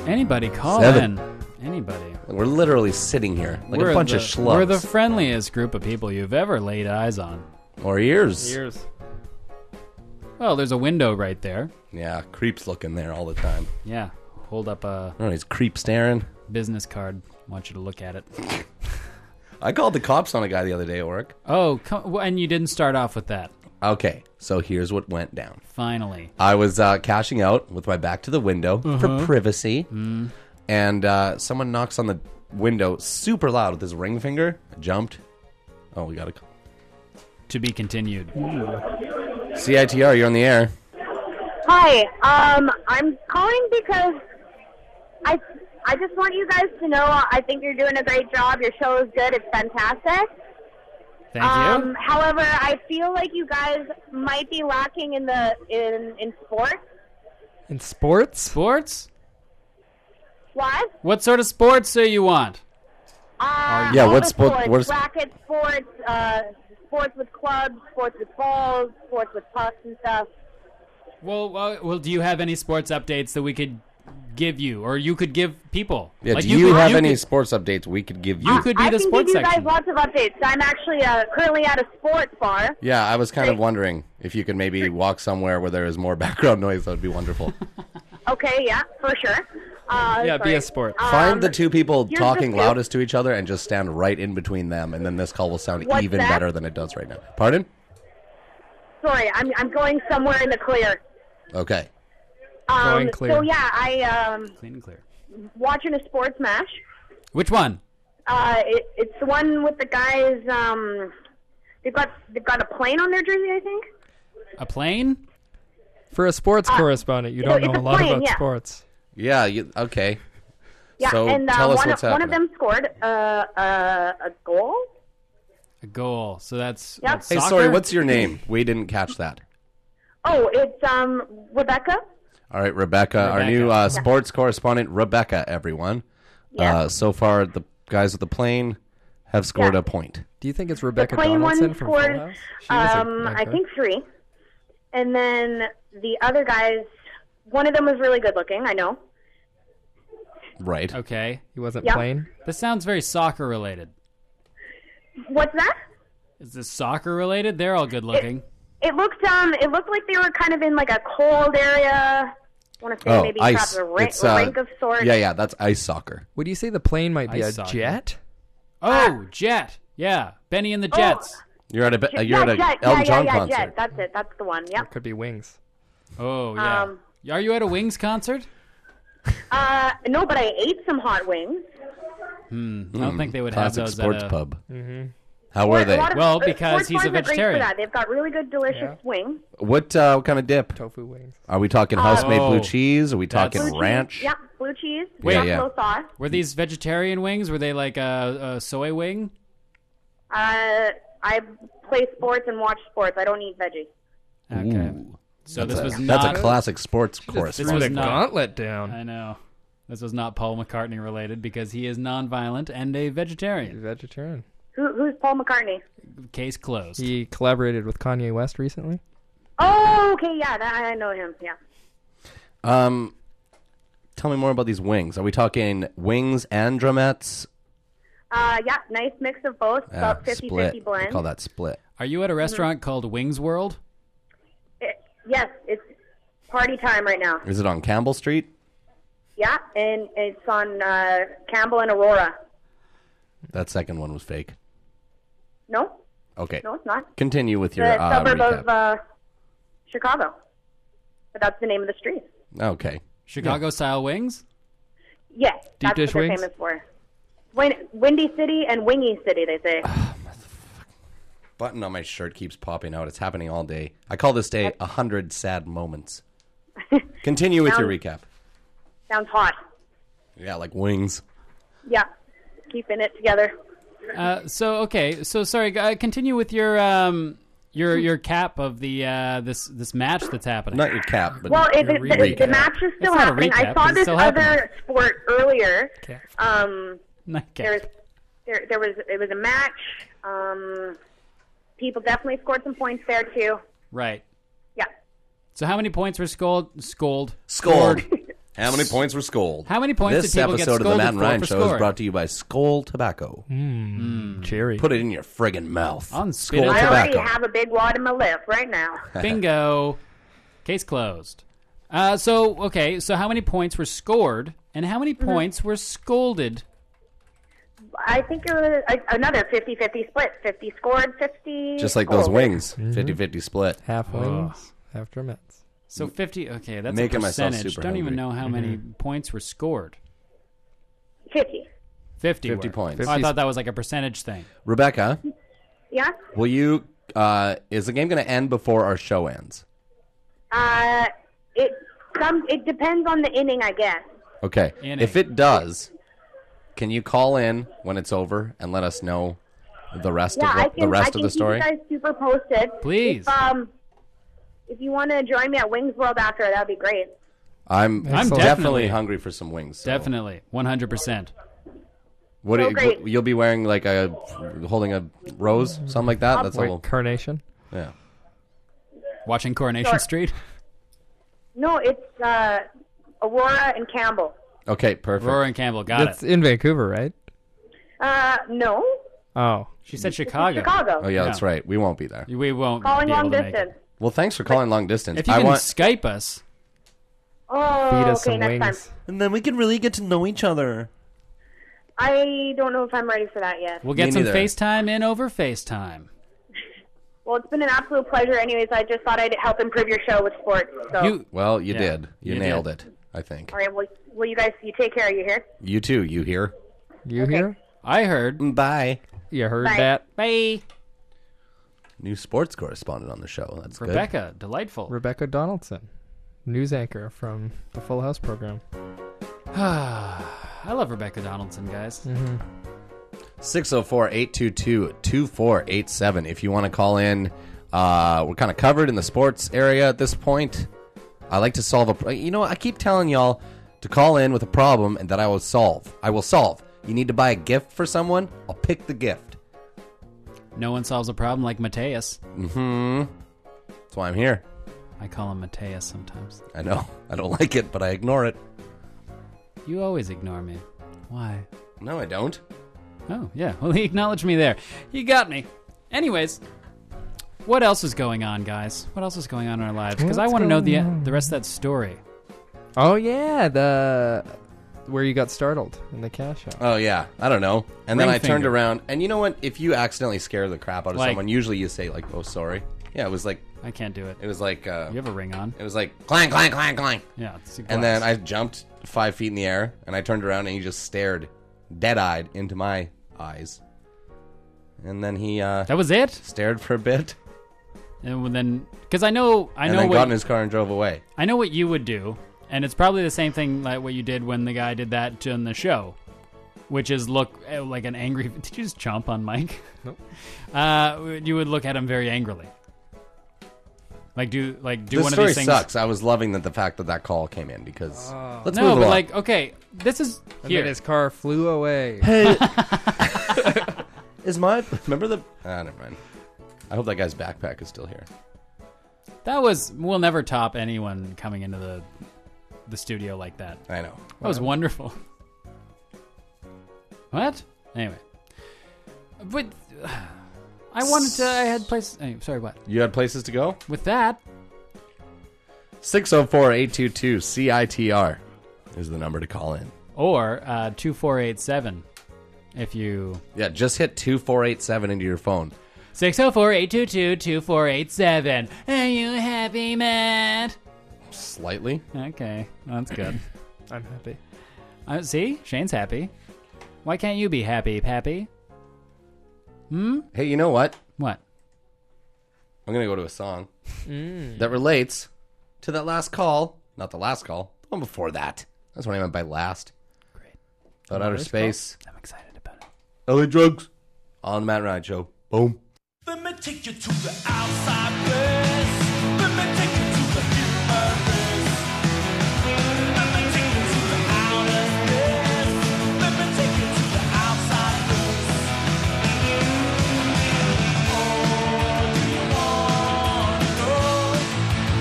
Speaker 3: Anybody call
Speaker 2: Seven.
Speaker 3: in? Anybody?
Speaker 2: We're literally sitting here like
Speaker 3: We're
Speaker 2: a bunch
Speaker 3: the,
Speaker 2: of schlubs
Speaker 3: We're the friendliest group of people you've ever laid eyes on.
Speaker 2: or ears.
Speaker 5: Years.
Speaker 3: Well, there's a window right there.
Speaker 2: Yeah, creeps looking there all the time.
Speaker 3: Yeah. Hold up a
Speaker 2: I don't know, he's creep staring.
Speaker 3: business card. want you to look at it.
Speaker 2: I called the cops on a guy the other day at work.
Speaker 3: Oh, come, well, and you didn't start off with that.
Speaker 2: Okay, so here's what went down.
Speaker 3: Finally.
Speaker 2: I was uh, cashing out with my back to the window
Speaker 3: Mm-hmm.
Speaker 2: for privacy,
Speaker 3: Mm.
Speaker 2: and uh, someone knocks on the window super loud with his ring finger. I jumped. Oh, we got to
Speaker 3: To be continued.
Speaker 2: CITR. You're on the air.
Speaker 10: Hi, um, I'm calling because I I just want you guys to know uh, I think you're doing a great job. Your show is good. It's fantastic.
Speaker 3: Thank
Speaker 10: Um, however, I feel like you guys might be lacking in the in in sports.
Speaker 5: In
Speaker 3: you.
Speaker 5: sports?
Speaker 3: Sports?
Speaker 10: What?
Speaker 3: What sort of sports do you want?
Speaker 10: Uh,
Speaker 2: Yeah,
Speaker 10: all
Speaker 2: what
Speaker 10: the
Speaker 2: sport-
Speaker 10: Sports,
Speaker 2: what is-
Speaker 10: racket sports, uh, sports with clubs, sports with balls, sports with pucks and stuff.
Speaker 3: Well, uh, well, do you have any sports updates that we could give you, or you could give people?
Speaker 2: Yeah.
Speaker 3: Like,
Speaker 2: do you,
Speaker 3: could-
Speaker 2: have any
Speaker 3: could-
Speaker 2: sports updates we could give you?
Speaker 3: You could be
Speaker 10: Uh, I
Speaker 3: the
Speaker 10: can
Speaker 3: sports
Speaker 10: give you
Speaker 3: section.
Speaker 10: guys lots of updates. I'm actually uh, currently at a sports bar.
Speaker 2: yeah, I was kind of wondering if you could maybe walk somewhere where there is more background noise. That would be wonderful.
Speaker 10: Okay, yeah, for sure. Uh,
Speaker 5: Yeah, be
Speaker 10: sorry.
Speaker 5: a sport.
Speaker 2: Find
Speaker 10: Um,
Speaker 2: the two people
Speaker 10: here's
Speaker 2: talking
Speaker 10: the-
Speaker 2: loudest to each other and just stand right in between them, and then this call will sound
Speaker 10: What's
Speaker 2: even
Speaker 10: that?
Speaker 2: better than it does right now. Pardon?
Speaker 10: Sorry, I'm I'm going somewhere in the clear.
Speaker 2: Okay.
Speaker 10: Um,
Speaker 5: Going clear.
Speaker 10: So yeah, I um
Speaker 3: Clean and clear.
Speaker 10: watching a sports match.
Speaker 3: Which one?
Speaker 10: Uh, it, it's the one with the guys. Um, they've got they've got a plane on their jersey, I think.
Speaker 3: A plane?
Speaker 5: For a sports correspondent, you
Speaker 10: no,
Speaker 5: don't
Speaker 10: Uh, it's
Speaker 5: know a
Speaker 10: a
Speaker 5: lot
Speaker 10: plane,
Speaker 5: about
Speaker 10: yeah.
Speaker 5: sports.
Speaker 2: Yeah. You, okay.
Speaker 10: Yeah,
Speaker 2: So
Speaker 10: and uh,
Speaker 2: tell us
Speaker 10: one
Speaker 2: what's
Speaker 10: of, one of
Speaker 2: happening.
Speaker 10: them scored uh, uh, a goal.
Speaker 3: A goal. So that's.
Speaker 10: Yep.
Speaker 3: what,
Speaker 2: Hey,
Speaker 3: soccer?
Speaker 2: sorry. What's your name? We didn't catch that.
Speaker 10: Oh, it's um Rebecca.
Speaker 2: All right, Rebecca, our new
Speaker 11: Rebecca.
Speaker 2: uh,
Speaker 11: Yeah.
Speaker 2: sports correspondent, Rebecca, everyone.
Speaker 10: Yeah.
Speaker 2: Uh, so far, the guys with the plane have scored a point.
Speaker 5: Do you think it's Rebecca
Speaker 10: Plain
Speaker 5: Donaldson
Speaker 10: one
Speaker 5: from Full
Speaker 10: scored,
Speaker 5: House? She was a
Speaker 10: um,
Speaker 5: black
Speaker 10: I
Speaker 5: guy.
Speaker 10: think three, and then the other guys. One of them was really good looking. I know.
Speaker 2: Right.
Speaker 3: Okay.
Speaker 5: He wasn't
Speaker 10: Yeah.
Speaker 5: playing.
Speaker 3: This sounds very soccer related.
Speaker 10: What's that?
Speaker 3: Is this soccer related? They're all good looking.
Speaker 10: It looked um, it looked like they were kind of in like a cold area. I want to say
Speaker 2: oh,
Speaker 10: maybe
Speaker 2: ice.
Speaker 10: perhaps a rank,
Speaker 2: it's, uh,
Speaker 10: rank of sorts.
Speaker 2: Yeah, yeah, that's ice soccer.
Speaker 5: Would you say the plane might be
Speaker 2: Ice
Speaker 5: a
Speaker 2: soccer.
Speaker 5: jet?
Speaker 10: Uh,
Speaker 3: Oh, Jet. Yeah. Benny and the Jets.
Speaker 2: You're at a
Speaker 10: Jet-
Speaker 2: be- uh, you're at
Speaker 10: Oh, yeah,
Speaker 2: a
Speaker 10: Jet,
Speaker 2: Elton
Speaker 10: yeah,
Speaker 2: John
Speaker 10: yeah, yeah,
Speaker 2: concert.
Speaker 10: Jet. That's it. That's the one. Yep.
Speaker 5: Could be wings.
Speaker 3: Oh, yeah.
Speaker 10: Um,
Speaker 3: Are you at a Wings concert?
Speaker 10: Uh, no, but I ate some hot wings.
Speaker 3: Hmm. I don't
Speaker 2: Hmm,
Speaker 3: think they would
Speaker 2: classic
Speaker 3: have those
Speaker 2: sports
Speaker 3: at a
Speaker 2: pub.
Speaker 5: Mm-hmm.
Speaker 2: How were
Speaker 10: A
Speaker 2: they?
Speaker 10: lot of-
Speaker 3: Well,
Speaker 10: uh,
Speaker 3: because
Speaker 10: sports
Speaker 3: he's a
Speaker 10: bars are great for
Speaker 3: vegetarian.
Speaker 10: that. They've got really good, delicious wings.
Speaker 2: What uh, what kind of dip?
Speaker 5: Tofu wings.
Speaker 2: Are we talking
Speaker 10: Uh,
Speaker 2: house-made
Speaker 3: Oh.
Speaker 2: blue cheese? Are we
Speaker 3: That's-
Speaker 2: talking
Speaker 10: Blue
Speaker 2: ranch?
Speaker 10: Cheese. Yep. Blue cheese.
Speaker 2: Yeah,
Speaker 10: buffalo
Speaker 2: yeah.
Speaker 10: sauce.
Speaker 3: Were these vegetarian wings? Were they like a, a soy wing?
Speaker 10: Uh, I play sports and watch sports. I don't eat veggie.
Speaker 2: Ooh.
Speaker 3: So this
Speaker 2: that's a,
Speaker 3: was
Speaker 2: that's
Speaker 3: not-
Speaker 2: a classic sports course.
Speaker 5: Threw the gauntlet down.
Speaker 3: I know. This was not Paul McCartney related because he is nonviolent and a vegetarian.
Speaker 5: Vegetarian.
Speaker 10: Who, who's Paul McCartney?
Speaker 3: Case closed.
Speaker 5: He collaborated with Kanye West recently.
Speaker 10: Oh, okay, yeah, that, I know him. Yeah.
Speaker 2: Um, tell me more about these wings. Are we talking wings and drumettes?
Speaker 10: Uh, yeah, nice mix of both.
Speaker 2: Ah,
Speaker 10: about 50
Speaker 2: split.
Speaker 10: 50
Speaker 2: We
Speaker 10: blend.
Speaker 2: call that split.
Speaker 3: Are you at a restaurant called Wings World?
Speaker 10: It- yes, it's party time right now.
Speaker 2: Is it on Campbell Street?
Speaker 10: Yeah, and it's on uh, Campbell and Aurora.
Speaker 2: That second one was fake.
Speaker 10: No,
Speaker 2: Okay.
Speaker 10: no, it's not.
Speaker 2: Continue with your
Speaker 10: The
Speaker 2: uh,
Speaker 10: suburb
Speaker 2: recap.
Speaker 10: of uh, Chicago. But that's the name of the street.
Speaker 2: okay.
Speaker 3: Chicago style wings?
Speaker 10: Yes, that's
Speaker 5: dish
Speaker 10: what they're
Speaker 5: wings?
Speaker 10: famous for. Win- Windy City and Wingy City, they say.
Speaker 2: Button on my shirt keeps popping out. It's happening all day. I call this day a hundred sad moments. Continue with your recap.
Speaker 10: Sounds- Sounds hot.
Speaker 2: Yeah, like wings.
Speaker 10: Yeah, keeping it together.
Speaker 3: Uh, so okay, so sorry. Uh, continue with your um, your your cap of the uh, this this match that's happening.
Speaker 2: Not your cap, but
Speaker 10: Well, it,
Speaker 2: your
Speaker 10: the, the, the
Speaker 2: recap.
Speaker 10: match is
Speaker 3: It's
Speaker 10: still
Speaker 3: not a
Speaker 10: happening.
Speaker 3: recap,
Speaker 10: I saw
Speaker 3: it's
Speaker 10: this
Speaker 3: still happening.
Speaker 10: other sport earlier.
Speaker 5: Okay.
Speaker 10: Um,
Speaker 3: Not cap.
Speaker 10: there was there, there was it was a match. Um, people definitely scored some points there too.
Speaker 3: Right.
Speaker 10: Yeah,
Speaker 3: So how many points were scold scold
Speaker 2: Scold. How many points were scold?
Speaker 3: How many points
Speaker 2: This
Speaker 3: did people get
Speaker 2: episode of the
Speaker 3: scolded
Speaker 2: Matt and
Speaker 3: for
Speaker 2: Ryan
Speaker 3: for
Speaker 2: Show is
Speaker 3: scoring? Hmm.
Speaker 2: brought to you by Skull Tobacco.
Speaker 5: Cherry.
Speaker 2: Put it in your friggin' mouth.
Speaker 3: On
Speaker 2: Skull
Speaker 3: spit it
Speaker 10: I already
Speaker 2: Tobacco.
Speaker 10: have a big wad in my lip right now.
Speaker 3: Bingo. Case closed. Uh, so okay, so how many points were scored and how
Speaker 10: Mm-hmm.
Speaker 3: many points were scolded?
Speaker 10: I think it was a, another 50-50 split. Fifty scored, fifty.
Speaker 2: Just like those
Speaker 10: scolded.
Speaker 2: wings,
Speaker 3: Mm-hmm.
Speaker 2: 50 50 split.
Speaker 5: Half wings. Half drumettes.
Speaker 3: So fifty. Okay, that's
Speaker 2: Making
Speaker 3: a
Speaker 2: myself
Speaker 3: percentage.
Speaker 2: super
Speaker 3: Don't even
Speaker 2: hungry.
Speaker 3: know how many points were scored.
Speaker 10: Fifty.
Speaker 3: Fifty.
Speaker 2: 50
Speaker 3: were.
Speaker 2: points.
Speaker 3: Oh, I thought that was like a percentage thing.
Speaker 2: Rebecca,
Speaker 10: Yeah.
Speaker 2: will you. Uh, is the game going to end before our show ends?
Speaker 10: Uh, it some it depends on the inning, I guess.
Speaker 2: Okay.
Speaker 3: Inning.
Speaker 2: If it does, can you call in when it's over and let us know the rest
Speaker 10: Yeah,
Speaker 2: of
Speaker 10: I
Speaker 2: what,
Speaker 10: can.
Speaker 2: the
Speaker 10: I
Speaker 2: rest
Speaker 10: can
Speaker 2: of the story?
Speaker 10: Keep you guys super posted.
Speaker 3: Please.
Speaker 10: If, um, if you want to join me at Wings World after, that'd be great.
Speaker 2: I'm,
Speaker 5: I'm
Speaker 2: definitely,
Speaker 3: definitely-
Speaker 2: hungry for some wings. so-
Speaker 3: Definitely, one hundred percent.
Speaker 2: What do
Speaker 10: So
Speaker 2: you,
Speaker 10: Oh, great.
Speaker 2: you'll be wearing like a holding a rose, something like that. That's a
Speaker 5: Wait,
Speaker 2: little
Speaker 5: carnation.
Speaker 2: yeah.
Speaker 3: Watching Coronation
Speaker 10: Sure.
Speaker 3: Street.
Speaker 10: No, it's uh, Aurora and Campbell.
Speaker 2: Okay, perfect.
Speaker 3: Aurora and Campbell got
Speaker 5: That's
Speaker 3: it.
Speaker 5: in Vancouver, right?
Speaker 10: Uh, no,
Speaker 5: Oh.
Speaker 3: She said
Speaker 10: it's
Speaker 3: Chicago.
Speaker 10: Chicago.
Speaker 2: Oh yeah, that's
Speaker 3: Yeah.
Speaker 2: right. We won't be there.
Speaker 3: We won't
Speaker 10: Calling
Speaker 3: be able
Speaker 10: long
Speaker 3: to make it.
Speaker 10: distance.
Speaker 2: Well, thanks for calling long distance.
Speaker 3: If you
Speaker 2: I
Speaker 3: can
Speaker 2: want
Speaker 3: Skype us,
Speaker 10: Oh,
Speaker 5: Feed us
Speaker 10: okay,
Speaker 5: some
Speaker 10: next
Speaker 5: wings.
Speaker 10: time.
Speaker 2: and then we can really get to know each other.
Speaker 10: I don't know if I'm ready for that yet.
Speaker 3: we'll get
Speaker 2: Me
Speaker 3: some
Speaker 2: neither.
Speaker 3: FaceTime in over FaceTime.
Speaker 10: Well, it's been an absolute pleasure. Anyways, I just thought I'd help improve your show with sports. So,
Speaker 3: You
Speaker 2: Well, you
Speaker 3: Yeah,
Speaker 2: did. You,
Speaker 3: you
Speaker 2: nailed
Speaker 3: did.
Speaker 2: it. I think.
Speaker 10: all right, well, well, you guys, you take care. You hear?
Speaker 2: You too. You hear?
Speaker 5: You hear?
Speaker 3: I heard.
Speaker 2: Bye.
Speaker 5: You heard
Speaker 10: Bye.
Speaker 5: that?
Speaker 3: Bye.
Speaker 2: New sports correspondent on the show. That's good.
Speaker 3: Rebecca, delightful.
Speaker 5: Rebecca Donaldson, news anchor from the Full House program.
Speaker 3: I love Rebecca Donaldson, guys.
Speaker 2: 604-822-2487 if you want to call in. Uh, we're kind of covered in the sports area at this point. I like to solve a. pro- You know, I keep telling y'all to call in with a problem and that I will solve. I will solve. You need to buy a gift for someone. I'll pick the gift.
Speaker 3: No one solves a problem like Mateus.
Speaker 2: Mm-hmm. That's why I'm here.
Speaker 3: I call him Mateus sometimes.
Speaker 2: I know. I don't like it, but I ignore it.
Speaker 3: You always ignore me. Why?
Speaker 2: No, I don't.
Speaker 3: Oh, yeah. Well, he acknowledged me there. He got me. Anyways, what else is going on, guys? What else is going on in our lives? Because I
Speaker 5: What's
Speaker 3: want to know the e,
Speaker 5: going on?
Speaker 3: the rest of that story.
Speaker 5: Oh yeah, the where you got startled in the cash out.
Speaker 2: Oh yeah, I don't know. And then
Speaker 5: Ring
Speaker 2: I turned
Speaker 5: finger.
Speaker 2: around, and you know what? If you accidentally scare the crap out of
Speaker 3: Like-
Speaker 2: someone, usually you say like, "Oh, sorry." Yeah, it was like
Speaker 3: I can't do it.
Speaker 2: It was like uh,
Speaker 3: You have a ring on.
Speaker 2: It was like clang, clang, clang, clang.
Speaker 3: Yeah, it's a
Speaker 2: and then
Speaker 3: glass.
Speaker 2: I jumped five feet in the air, and I turned around, and he just stared, dead-eyed, into my eyes. And then he uh,
Speaker 3: that was it.
Speaker 2: Stared for a bit,
Speaker 3: And then, because I know, I
Speaker 2: and
Speaker 3: know
Speaker 2: then
Speaker 3: what
Speaker 2: got in his car and drove away.
Speaker 3: I know what you would do, and it's probably the same thing like what you did when the guy did that on the show, which is look eh, like an angry. Did you just chomp on Mike?
Speaker 5: Nope.
Speaker 3: Uh, you would look at him very angrily. Like do like do
Speaker 2: this
Speaker 3: one
Speaker 2: story
Speaker 3: of these things. Oh.
Speaker 2: sucks. I was loving that the fact that that call came in because
Speaker 5: Oh.
Speaker 2: let's
Speaker 3: no,
Speaker 2: move
Speaker 3: but
Speaker 2: along.
Speaker 3: like okay, this is
Speaker 5: And
Speaker 3: here.
Speaker 5: then his car flew away.
Speaker 2: Hey. is my remember the? Ah, never mind. I hope that guy's backpack is still here.
Speaker 3: That was we'll never top anyone coming into the the studio like that.
Speaker 2: I know.
Speaker 3: That was wonderful. What? Anyway. But I wanted to I had places anyway, sorry what?
Speaker 2: You had places to go?
Speaker 3: With that,
Speaker 2: 604-822-CITR is the number to call in.
Speaker 3: or uh 2487 if you
Speaker 2: Yeah, just hit 2487 into your phone.
Speaker 3: 604-822-2487. Are you happy, Matt?
Speaker 2: Slightly.
Speaker 3: Okay. That's good.
Speaker 5: I'm happy.
Speaker 3: Uh, see? Shane's happy. Why can't you be happy, Pappy? Hmm?
Speaker 2: Hey, you know what?
Speaker 3: What?
Speaker 2: I'm going to go to a song
Speaker 3: Mm.
Speaker 2: that relates to that last call. Not the last call, the one before that. That's what I meant by last. Great. About outer
Speaker 3: First
Speaker 2: space.
Speaker 3: I'm excited about it.
Speaker 2: LA Drugs. On the Matt Ryan Show. Boom.
Speaker 1: Let me take you to the outside west. Let me take you to the inner west. Let me take you to the outer west. Let me take you to the outside west. Oh, do you wanna go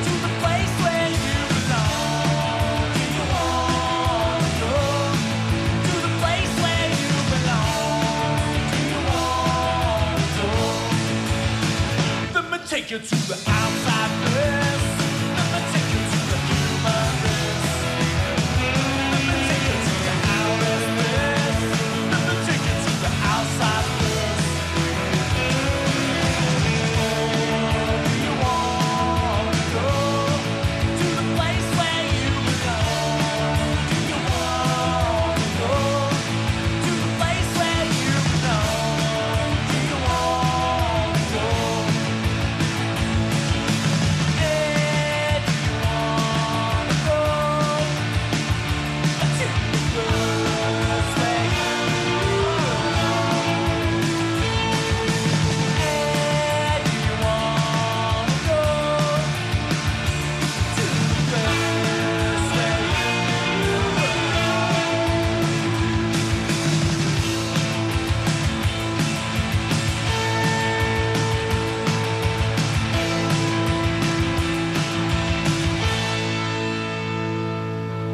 Speaker 1: to the place where you belong? Do you wanna go to the place where you belong? Do you wanna go? Let me take you to the outside west. Let me take you to the human west. Let me take you to the outer west. Let me take you to the outside west. Oh, do you wanna go to the place where you belong? Do you wanna go to the place where you belong? Do you wanna go?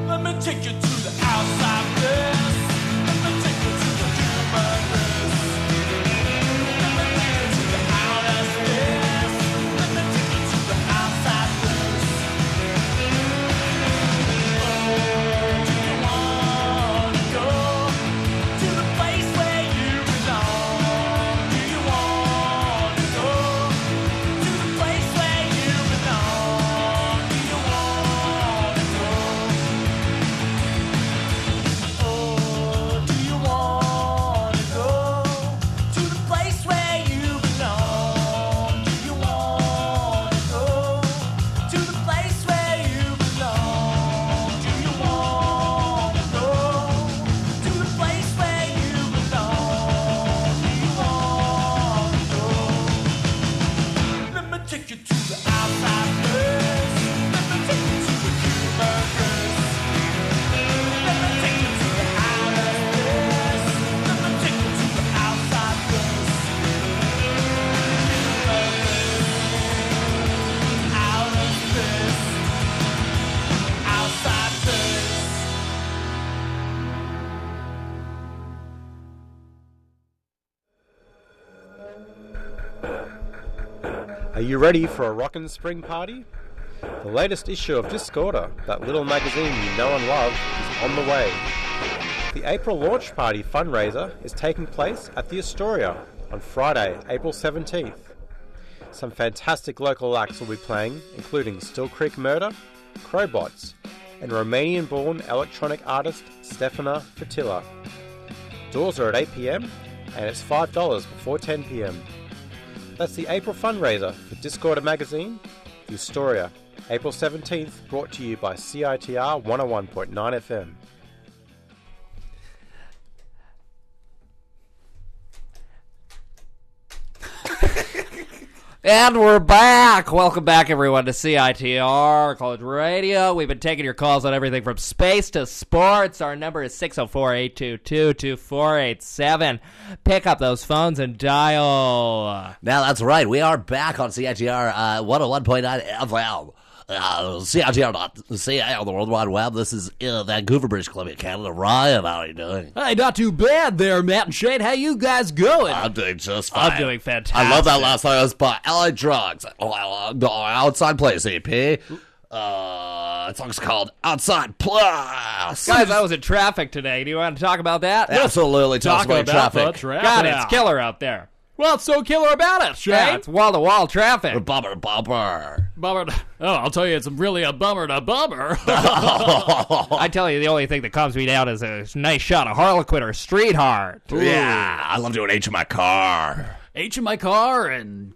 Speaker 1: Let me take you to the outside west. Let me take you to the human west. Let me take you to the outer space. Let me take you to the outside west. Oh, do you wanna go to the place where you belong? Do you wanna go to the place where you belong? Do you wanna go? Oh, do you wanna go to the place where you belong? Do you wanna go to the place where you belong? Do you wanna go to the place where you belong? Do you wanna go? Let me take you to the outside place. Let me take you to the
Speaker 11: Are you ready for a rockin' spring party? The latest issue of Discorder, that little magazine you know and love, is on the way. The April launch party fundraiser is taking place at the Astoria on Friday, April 17th. Some fantastic local acts will be playing, including Still Creek Murder, Crowbots, and Romanian born electronic artist Stefana Fatila. Doors are at 8 pm and it's $5 before 10 pm. That's the April fundraiser for Discorder Magazine, The Astoria, April 17th, brought to you by CITR 101.9 FM.
Speaker 5: And we're back. Welcome back, everyone, to CITR College Radio. We've been taking your calls on everything from space to sports. Our number is 604 822 2487. Pick up those phones and dial.
Speaker 12: Now that's right. We are back on CITR uh, 101.9 FM. Uh, CITR.ca on the World Wide Web. This is uh, Vancouver, British Columbia, Canada. Ryan, how are you doing?
Speaker 5: Hey, not too bad there, Matt and Shane. How you guys going?
Speaker 12: I'm doing just
Speaker 5: I'm
Speaker 12: fine.
Speaker 5: doing fantastic.
Speaker 12: I love that last song. It was by LA Drugs. Oh, I love the Outside Place EP. Uh, that song's called Outside Plus.
Speaker 5: Guys, I was in traffic today. Do you want to talk about that?
Speaker 12: Absolutely. Tell us
Speaker 5: Talking
Speaker 12: about
Speaker 5: about
Speaker 12: traffic.
Speaker 5: the God, it's killer out there. Well, it's so killer about it, Yeah, it's wall to wall traffic.
Speaker 12: Bummer, bummer.
Speaker 3: Bummer. Oh, I'll tell you, it's really a bummer to bummer.
Speaker 5: I tell you, the only thing that calms me down is a nice shot of Harlequin or Street Heart.
Speaker 12: Yeah, I love doing H in my car.
Speaker 3: H in my car and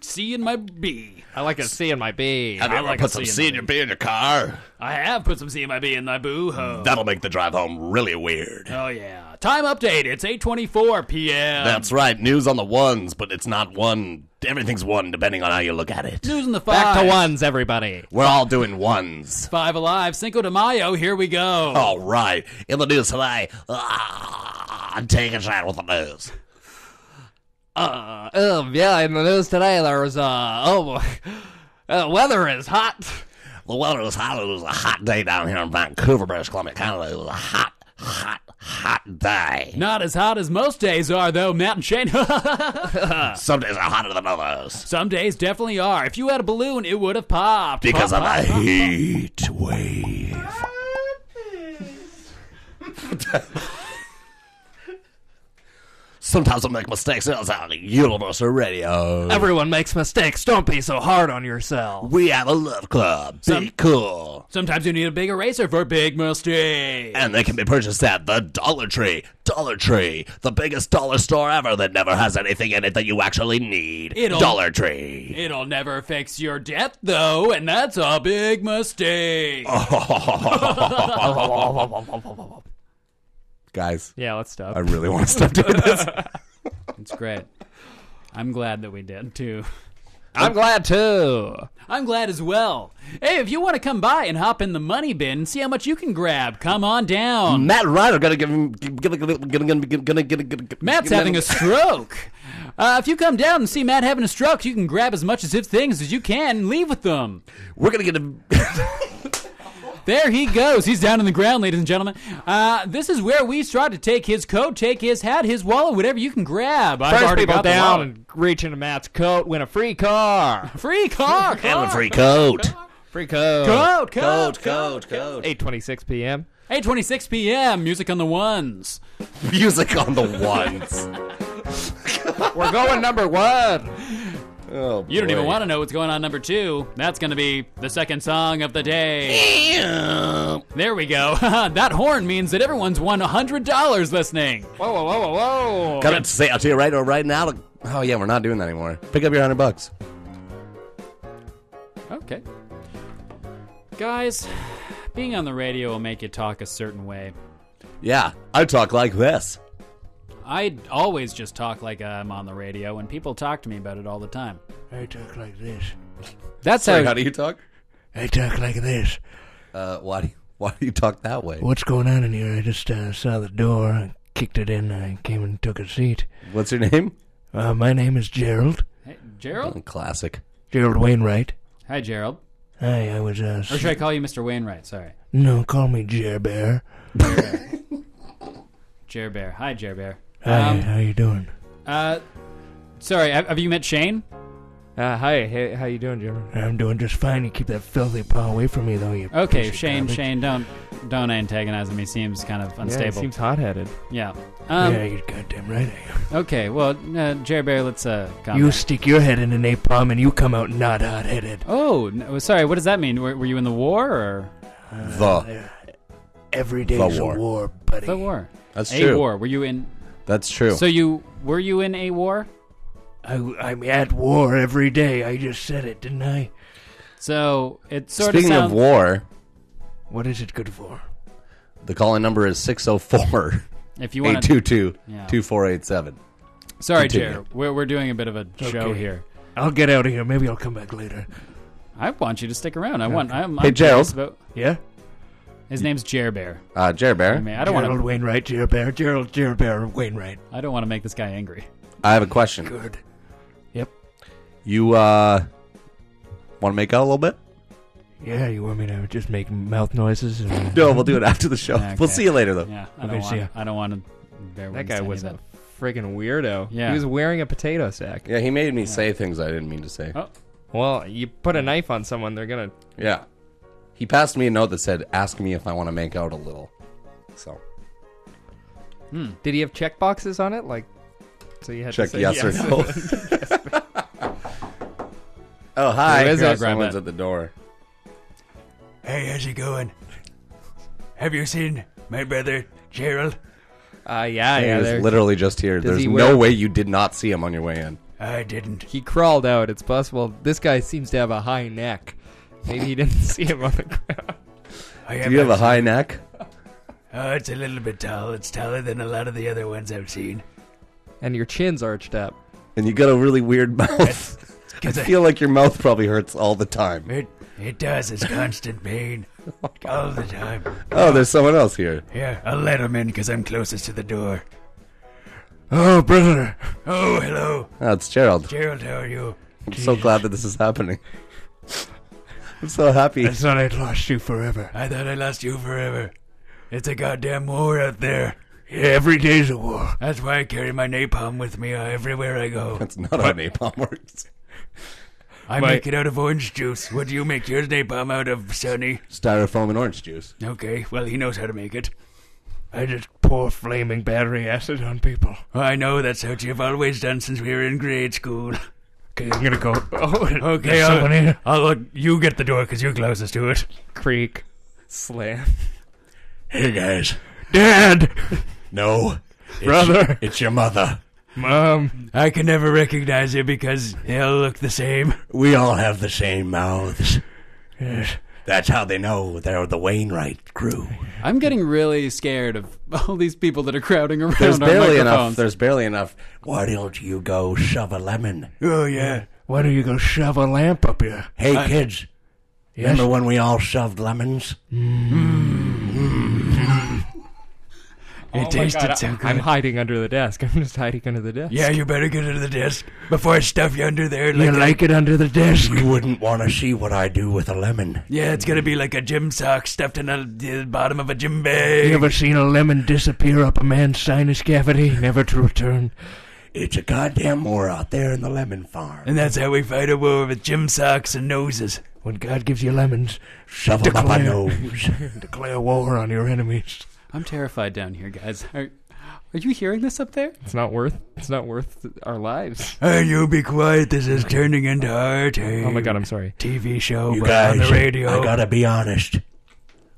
Speaker 3: C in my B.
Speaker 5: I like a C in my B.
Speaker 12: Have you
Speaker 3: I
Speaker 12: ever
Speaker 3: like
Speaker 12: put
Speaker 3: a
Speaker 12: some
Speaker 3: in
Speaker 12: C in
Speaker 3: my-
Speaker 12: your beer in your car?
Speaker 3: I have put some C in my B in my boo ho.
Speaker 12: That'll make the drive home really weird.
Speaker 3: Oh yeah. Time update. It's 8:24 p.m.
Speaker 12: That's right. News on the ones, but it's not one. Everything's one, depending on how you look at it.
Speaker 3: News in the five.
Speaker 5: Back to ones, everybody.
Speaker 12: We're all doing ones.
Speaker 3: Five alive. Cinco de Mayo. Here we go.
Speaker 12: All right. In the news today, ah, take a shot with the news.
Speaker 5: Uh, um, yeah, in the news today, there was, uh, oh, uh, weather is hot.
Speaker 12: The weather was hot. It was a hot day down here in Vancouver, British Columbia, Canada. It was a hot, hot, hot day.
Speaker 3: Not as hot as most days are, though, Matt and Shane.
Speaker 12: Some days are hotter than others.
Speaker 3: Some days definitely are. If you had a balloon, it would have popped.
Speaker 12: Because
Speaker 3: Pop,
Speaker 12: of
Speaker 3: pop,
Speaker 12: a
Speaker 3: pop.
Speaker 12: heat wave. Sometimes I make mistakes. That's on Universal Radio.
Speaker 5: Everyone makes mistakes. Don't be so hard on yourself.
Speaker 12: we have a love club. Be
Speaker 3: Some-
Speaker 12: cool.
Speaker 3: Sometimes you need a big eraser for big mistakes.
Speaker 12: And they can be purchased at the Dollar Tree. Dollar Tree, the biggest dollar store ever that never has anything in it that you actually need.
Speaker 3: It'll-
Speaker 12: dollar Tree.
Speaker 3: It'll never fix your debt, though, and that's a big mistake.
Speaker 12: Guys.
Speaker 3: Yeah, let's stop.
Speaker 12: I really want to stop doing this.
Speaker 3: it's great. I'm glad that we did, too.
Speaker 5: I'm glad
Speaker 3: Oh.
Speaker 5: too.
Speaker 3: I'm glad as well. Hey, if you want to come by and hop in the money bin and see how much you can grab, come on down.
Speaker 12: Matt Ryder gonna give him gonna gonna gonna gonna gonna
Speaker 3: Matt's having a stroke. Uh, if you come down and see Matt having a stroke, you can grab as much of his things as you can and leave with them.
Speaker 12: We're gonna get him.
Speaker 3: there he goes. He's down in the ground, ladies and gentlemen. Uh, this is where we start to take his coat, take his hat, his wallet, whatever you can grab. I've
Speaker 5: First
Speaker 3: already
Speaker 5: people
Speaker 3: got the
Speaker 5: down
Speaker 3: wallet.
Speaker 5: and reach into Matt's coat, win a free car.
Speaker 3: Free car.
Speaker 12: and a free coat.
Speaker 5: Free coat.
Speaker 3: Coat, coat,
Speaker 12: coat, coat.
Speaker 5: 8.26 p.m.
Speaker 3: 8:26 p.m. Music on the ones.
Speaker 12: Music on the ones.
Speaker 5: We're going number one.
Speaker 12: Oh,
Speaker 3: You don't even want to know what's going on number two. That's going to be the second song of the day.
Speaker 12: to.
Speaker 3: There we go. that horn means that everyone's won $100 listening.
Speaker 5: Whoa, whoa, whoa,
Speaker 8: Oh,
Speaker 5: whoa, whoa.
Speaker 12: Come and say out to you right or right now. Oh yeah, we're not doing that anymore. Pick up your hundred bucks.
Speaker 3: Okay. Guys, being on the radio will make you talk a certain way.
Speaker 12: Yeah, I talk like this.
Speaker 3: I always just talk like I'm on the radio, and people talk to me about it all the time.
Speaker 8: I talk like this.
Speaker 3: That's
Speaker 12: Sorry,
Speaker 3: how.
Speaker 12: how do you talk?
Speaker 8: I talk like this.
Speaker 12: Uh, why do you, why do you talk that way?
Speaker 8: What's going on in here? I just uh, saw the door, I kicked it in, I came and took a seat.
Speaker 12: What's your name?
Speaker 8: Uh, my name is Gerald.
Speaker 3: Hey, Gerald?
Speaker 12: Classic.
Speaker 8: Gerald Wainwright.
Speaker 3: Hi, Gerald.
Speaker 8: Hi, I was uh.
Speaker 3: Or should I call you Mr. Wainwright? Sorry.
Speaker 8: No, call me Jer Bear.
Speaker 3: Jer Bear. Hi, Jer Bear. Um,
Speaker 8: Hi, how you doing?
Speaker 3: Uh, sorry, have have you met Shane?
Speaker 5: Uh, hi, hey, how you doing, Jim?
Speaker 13: I'm doing just fine. You keep that filthy paw away from me, though. You
Speaker 3: Okay,
Speaker 13: piece of
Speaker 3: Shane,
Speaker 13: garbage.
Speaker 3: Shane, don't don't antagonize him. He seems kind of unstable.
Speaker 5: seems hot-headed.
Speaker 3: Yeah. Um,
Speaker 13: Yeah, you're goddamn right,
Speaker 3: Okay, well, uh, Jerry Barry, let's uh, comment.
Speaker 13: You stick your head in an napalm and you come out not hot-headed.
Speaker 3: Oh, no, sorry. What does that mean? Were, were you in the war or Uh,
Speaker 2: The.
Speaker 13: Every
Speaker 2: The
Speaker 13: day's
Speaker 2: war.
Speaker 13: a war, buddy.
Speaker 3: The war.
Speaker 2: That's
Speaker 3: a
Speaker 2: true.
Speaker 3: war. Were you in?
Speaker 2: That's true.
Speaker 3: So you were you in a war?
Speaker 13: I, I'm at war every day. I just said it, didn't I?
Speaker 3: So it sort
Speaker 2: Speaking
Speaker 3: of
Speaker 2: of
Speaker 3: sounds.
Speaker 2: war,
Speaker 13: What is it good for?
Speaker 2: the call in number is 604
Speaker 3: If you wanna-
Speaker 2: 822
Speaker 3: Yeah.
Speaker 2: 2487.
Speaker 3: Sorry,
Speaker 2: Continue.
Speaker 3: Jerry. We're we're doing a bit of a show
Speaker 13: Okay.
Speaker 3: here.
Speaker 13: I'll get out of here. Maybe I'll come back later.
Speaker 3: I want you to stick around. I want. I'm,
Speaker 2: Hey,
Speaker 3: I'm curious
Speaker 2: Gerald.
Speaker 3: About,
Speaker 13: yeah.
Speaker 3: His name's Jer Bear.
Speaker 2: Uh, Jerry Bear,
Speaker 3: I mean, I don't want
Speaker 13: Gerald
Speaker 3: to.
Speaker 13: Wainwright, Gerald Bear, Gerald, Gerald Bear Wainwright.
Speaker 3: I don't want to make this guy angry.
Speaker 2: I have a question.
Speaker 13: Good. Yep.
Speaker 2: You uh, want to make out a little bit?
Speaker 13: Yeah, you want me to just make mouth noises? And,
Speaker 2: No, we'll do it after the show. We'll see you later, though.
Speaker 3: Yeah, I
Speaker 13: Okay,
Speaker 3: don't
Speaker 13: see ya.
Speaker 3: want. I don't want to. Bear
Speaker 5: That
Speaker 3: witness
Speaker 5: guy
Speaker 3: any
Speaker 5: was
Speaker 3: of that.
Speaker 5: a friggin' weirdo.
Speaker 3: Yeah.
Speaker 5: He was wearing a potato sack.
Speaker 2: Yeah, he made me say things I didn't mean to say.
Speaker 3: Oh.
Speaker 5: Well, you put a knife on someone, they're gonna.
Speaker 2: Yeah. He passed me a note that said, ask me if I want to make out a little. So,
Speaker 3: Hmm.
Speaker 5: Did he have check boxes on it? Like, so you had
Speaker 2: check
Speaker 5: to say
Speaker 2: yes, or no. oh, hi.
Speaker 5: Who is it? Grab
Speaker 2: Someone's
Speaker 5: that.
Speaker 2: at the door.
Speaker 13: Hey, how's it going? Have you seen my brother Gerald?
Speaker 5: Uh, yeah,
Speaker 2: he
Speaker 5: yeah.
Speaker 2: was
Speaker 5: there-
Speaker 2: literally just here.
Speaker 5: Does
Speaker 2: There's
Speaker 5: he
Speaker 2: no
Speaker 5: wear-
Speaker 2: way you did not see him on your way in.
Speaker 13: I didn't.
Speaker 5: He crawled out. It's possible. This guy seems to have a high neck. Maybe he didn't see him on the ground.
Speaker 13: I
Speaker 2: Do you have a high neck?
Speaker 13: Oh, it's a little bit tall. It's taller than a lot of the other ones I've seen.
Speaker 5: And your chin's arched up.
Speaker 2: And you got a really weird mouth. I
Speaker 13: I-
Speaker 2: feel like your mouth probably hurts all the time.
Speaker 13: It it does. It's constant pain all the time.
Speaker 2: Oh, there's someone else here.
Speaker 13: Here, I'll let him in because I'm closest to the door. Oh, brother. Oh, hello.
Speaker 2: Oh, it's Gerald.
Speaker 13: Gerald, how are you?
Speaker 2: I'm so glad that this is happening. I'm so happy.
Speaker 13: I thought I'd lost you forever. I thought I lost you forever. It's a goddamn war out there. Yeah, every day's a war. That's why I carry my napalm with me uh, everywhere I go.
Speaker 2: That's not how napalm works.
Speaker 13: I
Speaker 2: My-
Speaker 13: make it out of orange juice. What do you make yours napalm out of, Sonny?
Speaker 2: Styrofoam and orange juice.
Speaker 13: Okay, well, he knows how to make it. I just pour flaming battery acid on people. I know that's what you've always done since we were in grade school. Okay, I'm gonna go. Oh, okay.
Speaker 5: there's someone
Speaker 13: I'll,
Speaker 5: here.
Speaker 13: I'll look. You get the door because you're closest to it.
Speaker 5: Creak. Slam.
Speaker 13: Hey guys, Dad,
Speaker 2: No.
Speaker 13: brother,
Speaker 2: It's your mother.
Speaker 5: Mom.
Speaker 13: I can never recognize you because they all look the same.
Speaker 8: We all have the same mouths. That's how they know they're the Wainwright crew.
Speaker 3: I'm getting really scared of all these people that are crowding around.
Speaker 2: There's
Speaker 3: our
Speaker 2: barely enough.
Speaker 3: microphones.
Speaker 2: There's barely enough.
Speaker 8: Why don't you go shove a lemon?
Speaker 13: Oh yeah. Why don't you go shove a lamp up here?
Speaker 8: Hey, kids.
Speaker 13: Yes?
Speaker 8: Remember when we all shoved lemons?
Speaker 13: Mm. It
Speaker 5: Oh
Speaker 13: tasted so good.
Speaker 5: I'm hiding under the desk. I'm just hiding under the desk.
Speaker 13: yeah, you better get under the desk before I stuff you under there. a-
Speaker 8: You like
Speaker 13: it under the desk?
Speaker 8: You wouldn't want to see what I do with a lemon.
Speaker 13: Yeah, it's gonna be like a gym sock stuffed in a, the bottom of a gym bag.
Speaker 14: You ever seen a lemon disappear up a man's sinus cavity, never to return?
Speaker 8: It's a goddamn war out there in the lemon farm.
Speaker 13: and that's how we fight a war with gym socks and noses.
Speaker 14: When God gives you lemons,
Speaker 8: Shove 'em up my
Speaker 14: Declare.
Speaker 8: nose.
Speaker 14: declare war on your enemies.
Speaker 3: I'm terrified down here, guys. Are, are you hearing this up there?
Speaker 5: It's not worth. It's not worth our lives.
Speaker 13: Hey, you be quiet. This is turning into our
Speaker 5: Oh my god, I'm sorry.
Speaker 13: TV show
Speaker 8: You
Speaker 13: but
Speaker 8: guys,
Speaker 13: on the radio.
Speaker 8: I gotta be honest.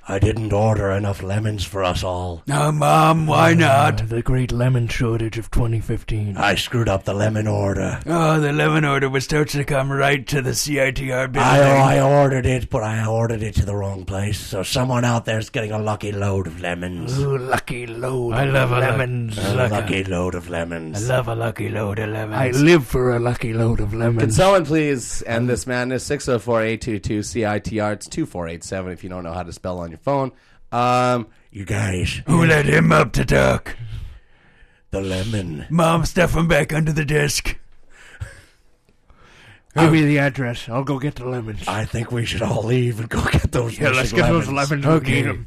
Speaker 8: I didn't order enough lemons for us all.
Speaker 13: No, Mom, why not?
Speaker 14: The great lemon shortage of 2015.
Speaker 8: I screwed up the lemon order.
Speaker 13: Oh, the lemon order was supposed to come right to the CITR building.
Speaker 8: I, I ordered it, but I ordered it to the wrong place. So someone out there's getting a lucky load of lemons.
Speaker 14: Ooh, lucky load
Speaker 13: I
Speaker 14: of
Speaker 13: love a
Speaker 14: lemons.
Speaker 8: A lucky load of lemons.
Speaker 13: love a lucky load of
Speaker 14: I
Speaker 13: lemons.
Speaker 14: live for a lucky load of
Speaker 2: Can
Speaker 14: lemons.
Speaker 2: someone please end
Speaker 13: Uh,
Speaker 2: this madness? 604 822 CITR. It's 2487 if you don't know how to spell on your phone. Um,
Speaker 8: You guys,
Speaker 13: Who let him up to talk?
Speaker 8: the lemon.
Speaker 13: Mom, stuff him back under the desk.
Speaker 14: Give me the address. I'll go get the lemons.
Speaker 8: I think we should all leave and go get those
Speaker 14: yeah, let's
Speaker 8: missing
Speaker 14: get
Speaker 8: lemons.
Speaker 14: those lemons. Okay.
Speaker 13: Maybe it-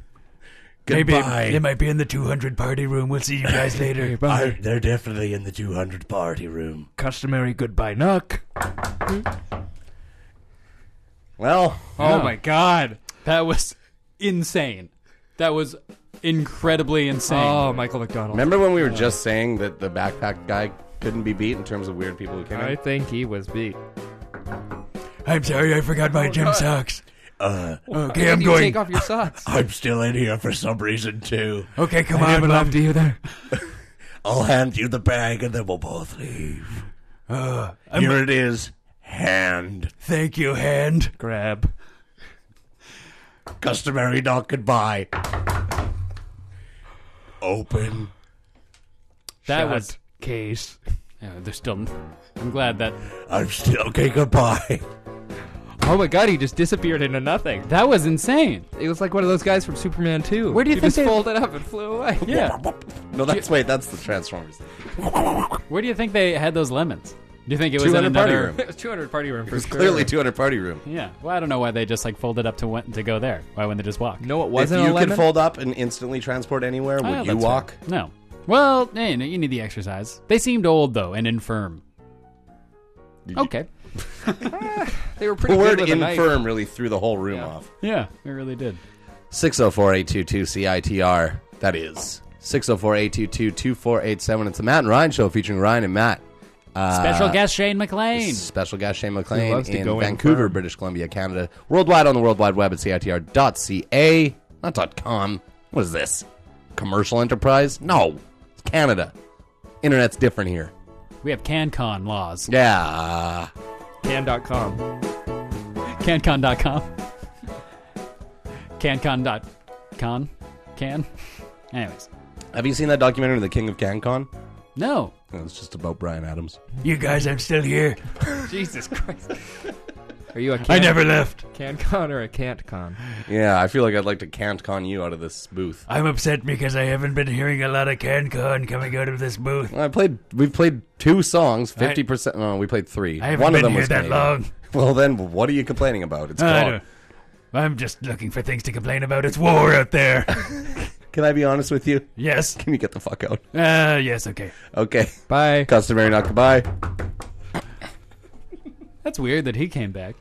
Speaker 8: Goodbye.
Speaker 13: it, might be in the 200 party room. We'll see you guys later.
Speaker 8: I- they're definitely in the 200 party room.
Speaker 13: Customary goodbye knock.
Speaker 2: Well,
Speaker 3: Oh
Speaker 2: yeah.
Speaker 3: my god. That was insane. That was incredibly insane.
Speaker 2: Oh,
Speaker 3: Michael McDonald.
Speaker 2: Remember when we were just saying that the backpack guy couldn't be beat in terms of weird people who came
Speaker 5: I
Speaker 2: in?
Speaker 5: think he was beat.
Speaker 13: I'm sorry, I forgot my
Speaker 8: Oh,
Speaker 13: gym socks.
Speaker 8: Uh,
Speaker 13: okay, I'm going.
Speaker 8: I'm still in here for some reason too.
Speaker 13: Okay, come on, Mom.
Speaker 8: I'll hand you the bag and then we'll both leave.
Speaker 13: Uh, I'm-
Speaker 8: Here it is. Hand.
Speaker 13: Thank you, hand.
Speaker 8: Grab. Customary knock goodbye. Open.
Speaker 3: That
Speaker 8: Shut
Speaker 3: was case. Yeah, they're still. I'm glad that.
Speaker 8: I'm still okay. Goodbye.
Speaker 5: Oh my god, he just disappeared into nothing.
Speaker 3: That was insane.
Speaker 5: It was like one of those guys from Superman 2.
Speaker 3: Where do you
Speaker 5: He
Speaker 3: think
Speaker 5: just
Speaker 3: they-
Speaker 5: folded up and flew away?
Speaker 3: Yeah.
Speaker 2: No, that's wait, that's the Transformers.
Speaker 3: Where do you think they had those lemons? Do you think it was in
Speaker 2: 200 party
Speaker 3: another?
Speaker 2: room. It
Speaker 5: was 200 party room
Speaker 2: It was clearly 200 party room.
Speaker 3: Yeah. Well, I don't know why they just like folded up to went, to go there. Why wouldn't they just walk?
Speaker 5: No, it
Speaker 2: if you could fold up and instantly transport anywhere, would you walk?
Speaker 3: Oh, No. Well, hey, no, you need the exercise. They seemed old though and infirm. Okay.
Speaker 5: They were
Speaker 2: The
Speaker 5: pretty
Speaker 2: word
Speaker 5: good with a knife.
Speaker 2: infirm really threw the oh whole room off.
Speaker 3: Yeah, it really did.
Speaker 2: 604-822-CITR. That is 604-822-2487. It's the Matt and Ryan show featuring Ryan and Matt. Uh,
Speaker 3: Special guest Shane McLean.
Speaker 2: Special guest Shane
Speaker 3: Who
Speaker 2: McLean
Speaker 3: loves to
Speaker 2: in
Speaker 3: go in
Speaker 2: Vancouver,
Speaker 3: firm.
Speaker 2: British Columbia, Canada. Worldwide on the World Wide Web at CITR.ca. Not dot .com. What is this? Commercial enterprise? No. It's Canada. Internet's different here.
Speaker 3: We have CanCon laws.
Speaker 2: Yeah.
Speaker 5: Can.com.
Speaker 3: CanCon.com. CanCon.con. Can. Anyways.
Speaker 2: Have you seen that documentary, The King of CanCon? Oh,
Speaker 3: No.
Speaker 2: It's just about Brian Adams.
Speaker 13: You guys, I'm still here.
Speaker 5: Jesus Christ. Are you a
Speaker 13: I never left.
Speaker 5: CanCon or a CantCon?
Speaker 2: Yeah, I feel like I'd like to CanCon you out of this booth.
Speaker 13: I'm upset because I haven't been hearing a lot of CanCon coming out of this booth.
Speaker 2: I played. We played two songs.
Speaker 13: I-
Speaker 2: Fifty percent. No, we played three.
Speaker 13: I haven't
Speaker 2: One of
Speaker 13: been
Speaker 2: them
Speaker 13: here
Speaker 2: was
Speaker 13: that
Speaker 2: Canadian.
Speaker 13: long.
Speaker 2: Well, then, what are you complaining about? It's
Speaker 13: I
Speaker 2: called.
Speaker 13: don't- I'm just looking for things to complain about. It's war out there.
Speaker 2: Can I be honest with you?
Speaker 13: Yes.
Speaker 2: Can you get the fuck out?
Speaker 13: Uh, yes, okay.
Speaker 2: Okay.
Speaker 5: Bye.
Speaker 2: Customary not goodbye.
Speaker 3: That's weird that he came back.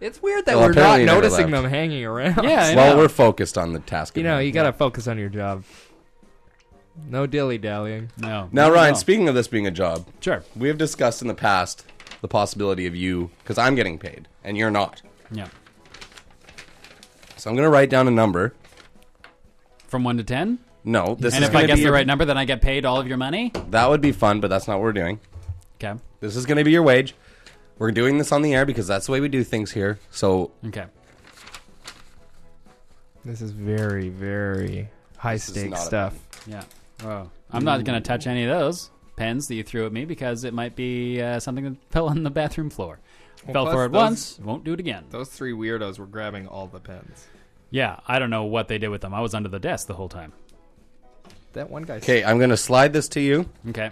Speaker 5: It's weird that
Speaker 2: Well,
Speaker 5: we're not
Speaker 2: apparently he never left.
Speaker 5: noticing them hanging around.
Speaker 2: well, we're focused on the task.
Speaker 5: You
Speaker 2: at
Speaker 5: know,
Speaker 2: hand.
Speaker 5: you gotta focus on your job. No dilly dallying.
Speaker 3: No.
Speaker 2: Now, Ryan, speaking of this being a job,
Speaker 3: sure,
Speaker 2: we have discussed in the past the possibility of you because I'm getting paid and you're not.
Speaker 3: Yeah.
Speaker 2: So I'm gonna write down a number.
Speaker 3: From one to ten.
Speaker 2: No, this
Speaker 3: and
Speaker 2: is
Speaker 3: if I
Speaker 2: gonna
Speaker 3: guess
Speaker 2: be
Speaker 3: the
Speaker 2: your-
Speaker 3: right number, then I get paid all of your money.
Speaker 2: That would be fun, but that's not what we're doing.
Speaker 3: Okay.
Speaker 2: This is going to be your wage. We're doing this on the air because that's the way we do things here. So
Speaker 3: Okay.
Speaker 5: This is very, very high
Speaker 3: is
Speaker 5: stakes
Speaker 3: not a-
Speaker 5: stuff.
Speaker 3: Yeah. Oh, I'm not going to touch any of those pens that you threw at me because it might be uh, something that fell on the bathroom floor. fell for it once. Won't do it again.
Speaker 5: Those three weirdos were grabbing all the pens.
Speaker 3: Yeah, I don't know what they did with them. I was under the desk the whole time.
Speaker 5: That one guy.
Speaker 2: Okay, I'm going to slide this to you.
Speaker 3: Okay.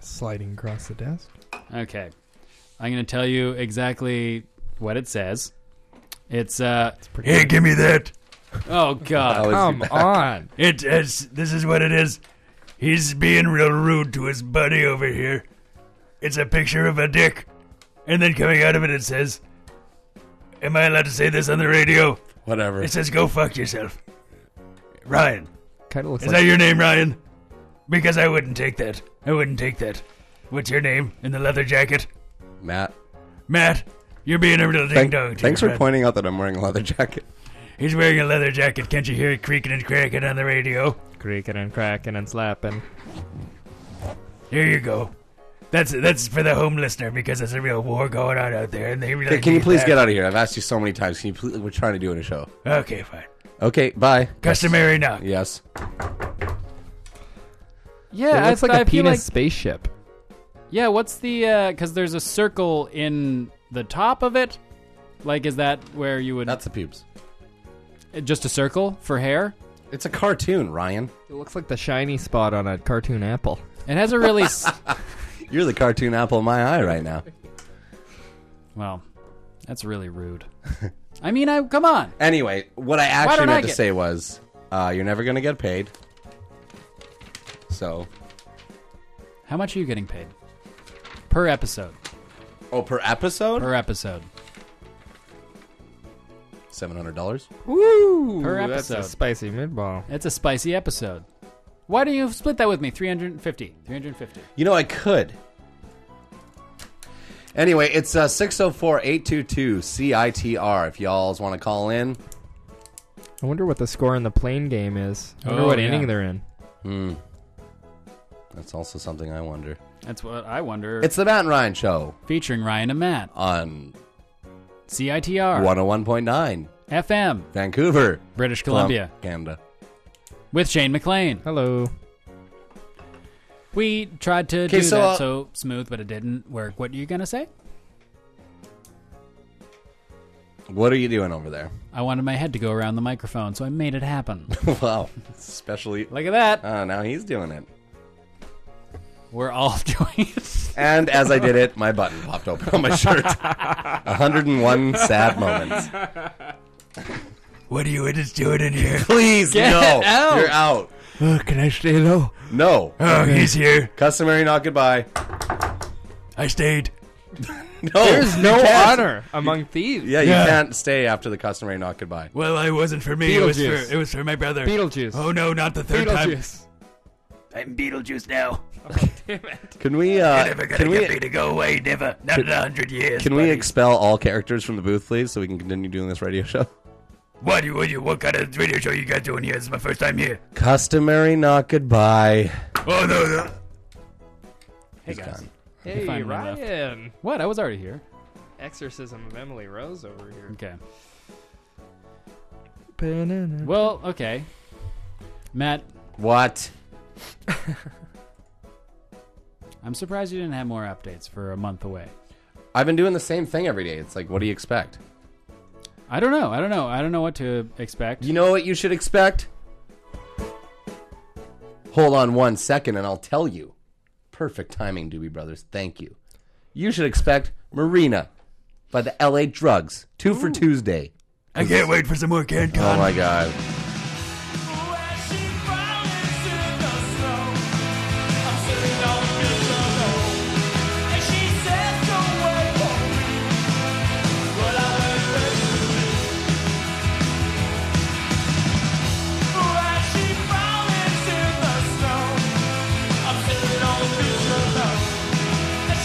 Speaker 5: Sliding across the desk.
Speaker 3: Okay. I'm going to tell you exactly what it says. It's uh
Speaker 13: pretty Hey, good. give me that.
Speaker 3: Oh god.
Speaker 13: It is. This is what it is. He's being real rude to his buddy over here. It's a picture of a dick, and then coming out of it, it says, "Am I allowed to say this on the radio?"
Speaker 2: Whatever.
Speaker 13: It says, "Go fuck yourself." Ryan.
Speaker 5: Kind of looks.
Speaker 13: Is
Speaker 5: like
Speaker 13: that your name, Ryan? Because I wouldn't take that. I wouldn't take that. What's your name in the leather jacket?
Speaker 2: Matt.
Speaker 13: Matt, you're being a real ding
Speaker 2: Thank-
Speaker 13: dong.
Speaker 2: thanks for pointing out that I'm wearing a leather jacket.
Speaker 13: He's wearing a leather jacket. Can't you hear it creaking and cracking on the radio?
Speaker 5: Creaking and cracking and slapping.
Speaker 13: Here you go. That's that's for the home listener because there's a real war going on out there, and they really.
Speaker 2: Okay, can you
Speaker 13: need
Speaker 2: please
Speaker 13: that.
Speaker 2: get out of here? I've asked you so many times. Can you please, we're trying to do it in a show.
Speaker 13: Okay, fine.
Speaker 2: Okay, bye.
Speaker 13: Customary knock.
Speaker 2: Yes.
Speaker 3: Yeah,
Speaker 5: it looks
Speaker 3: I-
Speaker 5: like a
Speaker 3: I feel
Speaker 5: penis
Speaker 3: like-
Speaker 5: spaceship.
Speaker 3: Yeah, what's the uh cuz there's a circle in the top of it? Like is that where you would That's
Speaker 2: the pubes.
Speaker 3: Just a circle for hair?
Speaker 2: It's a cartoon, Ryan.
Speaker 5: It looks like the shiny spot on a cartoon apple.
Speaker 3: It has a really s-
Speaker 2: You're the cartoon apple in my eye right now.
Speaker 3: Well, that's really rude. I mean, I come on.
Speaker 2: Anyway, what I
Speaker 3: Why
Speaker 2: actually
Speaker 3: don't
Speaker 2: meant
Speaker 3: I
Speaker 2: to
Speaker 3: get-
Speaker 2: say was, uh, you're never gonna get paid. So,
Speaker 3: How much are you getting paid per episode?
Speaker 2: oh, per episode?
Speaker 3: Per episode.
Speaker 2: Seven hundred dollars.
Speaker 3: Woo! Per episode.
Speaker 5: that's a spicy meatball.
Speaker 3: That's a spicy episode. Why do you split that with me? 350. 350.
Speaker 2: You know, I could. Anyway, it's uh, 604 822 CITR if y'all want to call in.
Speaker 5: I wonder what the score in the plane game is. I wonder
Speaker 3: Oh,
Speaker 5: what
Speaker 3: yeah.
Speaker 5: inning they're in.
Speaker 2: Hmm. That's also something I wonder.
Speaker 3: That's what I wonder.
Speaker 2: It's the Matt and Ryan Show.
Speaker 3: Er. Featuring Ryan and Matt.
Speaker 2: On
Speaker 3: CITR
Speaker 2: 101.9
Speaker 3: FM
Speaker 2: Vancouver,
Speaker 3: British Columbia.
Speaker 2: Canada.
Speaker 3: with Shane McLean.
Speaker 5: Hello.
Speaker 3: We tried to
Speaker 2: 'Kay,
Speaker 3: do
Speaker 2: so,
Speaker 3: that
Speaker 2: uh,
Speaker 3: so smooth, but it didn't work. What are you gonna say?
Speaker 2: What are you doing over there?
Speaker 3: I wanted my head to go around the microphone, so I made it happen.
Speaker 2: wow. Especially.
Speaker 3: Look at that.
Speaker 2: Oh, now he's doing it.
Speaker 3: We're all doing it.
Speaker 2: And as I did it, my button popped open on my shirt. 101 sad moments.
Speaker 13: What are you idiots doing in here?
Speaker 2: Please, no. You're out.
Speaker 13: Uh,
Speaker 14: can I stay low?
Speaker 2: No.
Speaker 13: Oh, he's here.
Speaker 2: Customary not goodbye.
Speaker 13: I stayed.
Speaker 2: No,
Speaker 5: There's
Speaker 2: you
Speaker 5: no
Speaker 2: can't.
Speaker 5: honor among thieves.
Speaker 2: Yeah, you
Speaker 13: Yeah.
Speaker 2: can't stay after the customary not goodbye.
Speaker 13: Well, it wasn't for me. It was
Speaker 2: Beetlejuice.
Speaker 13: for, it was for my brother.
Speaker 5: Beetlejuice.
Speaker 13: Oh no, not the third
Speaker 5: Beetlejuice.
Speaker 13: time. I'm Beetlejuice now.
Speaker 2: Can we? Uh,
Speaker 13: You're never gonna
Speaker 2: can we?
Speaker 13: get me to go away. Never. Not in a hundred years.
Speaker 2: Can we
Speaker 13: buddy.
Speaker 2: expel all characters from the booth, please, so we can continue doing this radio show?
Speaker 13: What? do you- What? do you- What kind of radio show you guys doing here? This is my first time here.
Speaker 2: Customary not goodbye.
Speaker 13: Oh no. no.
Speaker 3: Hey guys. You
Speaker 5: Hey,
Speaker 3: finally left.
Speaker 5: Ryan.
Speaker 3: What? I was already here.
Speaker 5: Exorcism of Emily Rose over here.
Speaker 3: Okay. Well, okay. Matt,
Speaker 2: What?
Speaker 3: I'm surprised you didn't have more updates for a month away.
Speaker 2: I've been doing the same thing every day. It's like, what do you expect?
Speaker 3: I don't know. I don't know. I don't know what to expect.
Speaker 2: You know what you should expect? Hold on one second, and I'll tell you. Perfect timing, Doobie Brothers. Thank you. You should expect Marina by the L.A. Drugs. Two for Tuesday.
Speaker 13: I can't wait for some more CanCon.
Speaker 2: Oh my god.
Speaker 1: I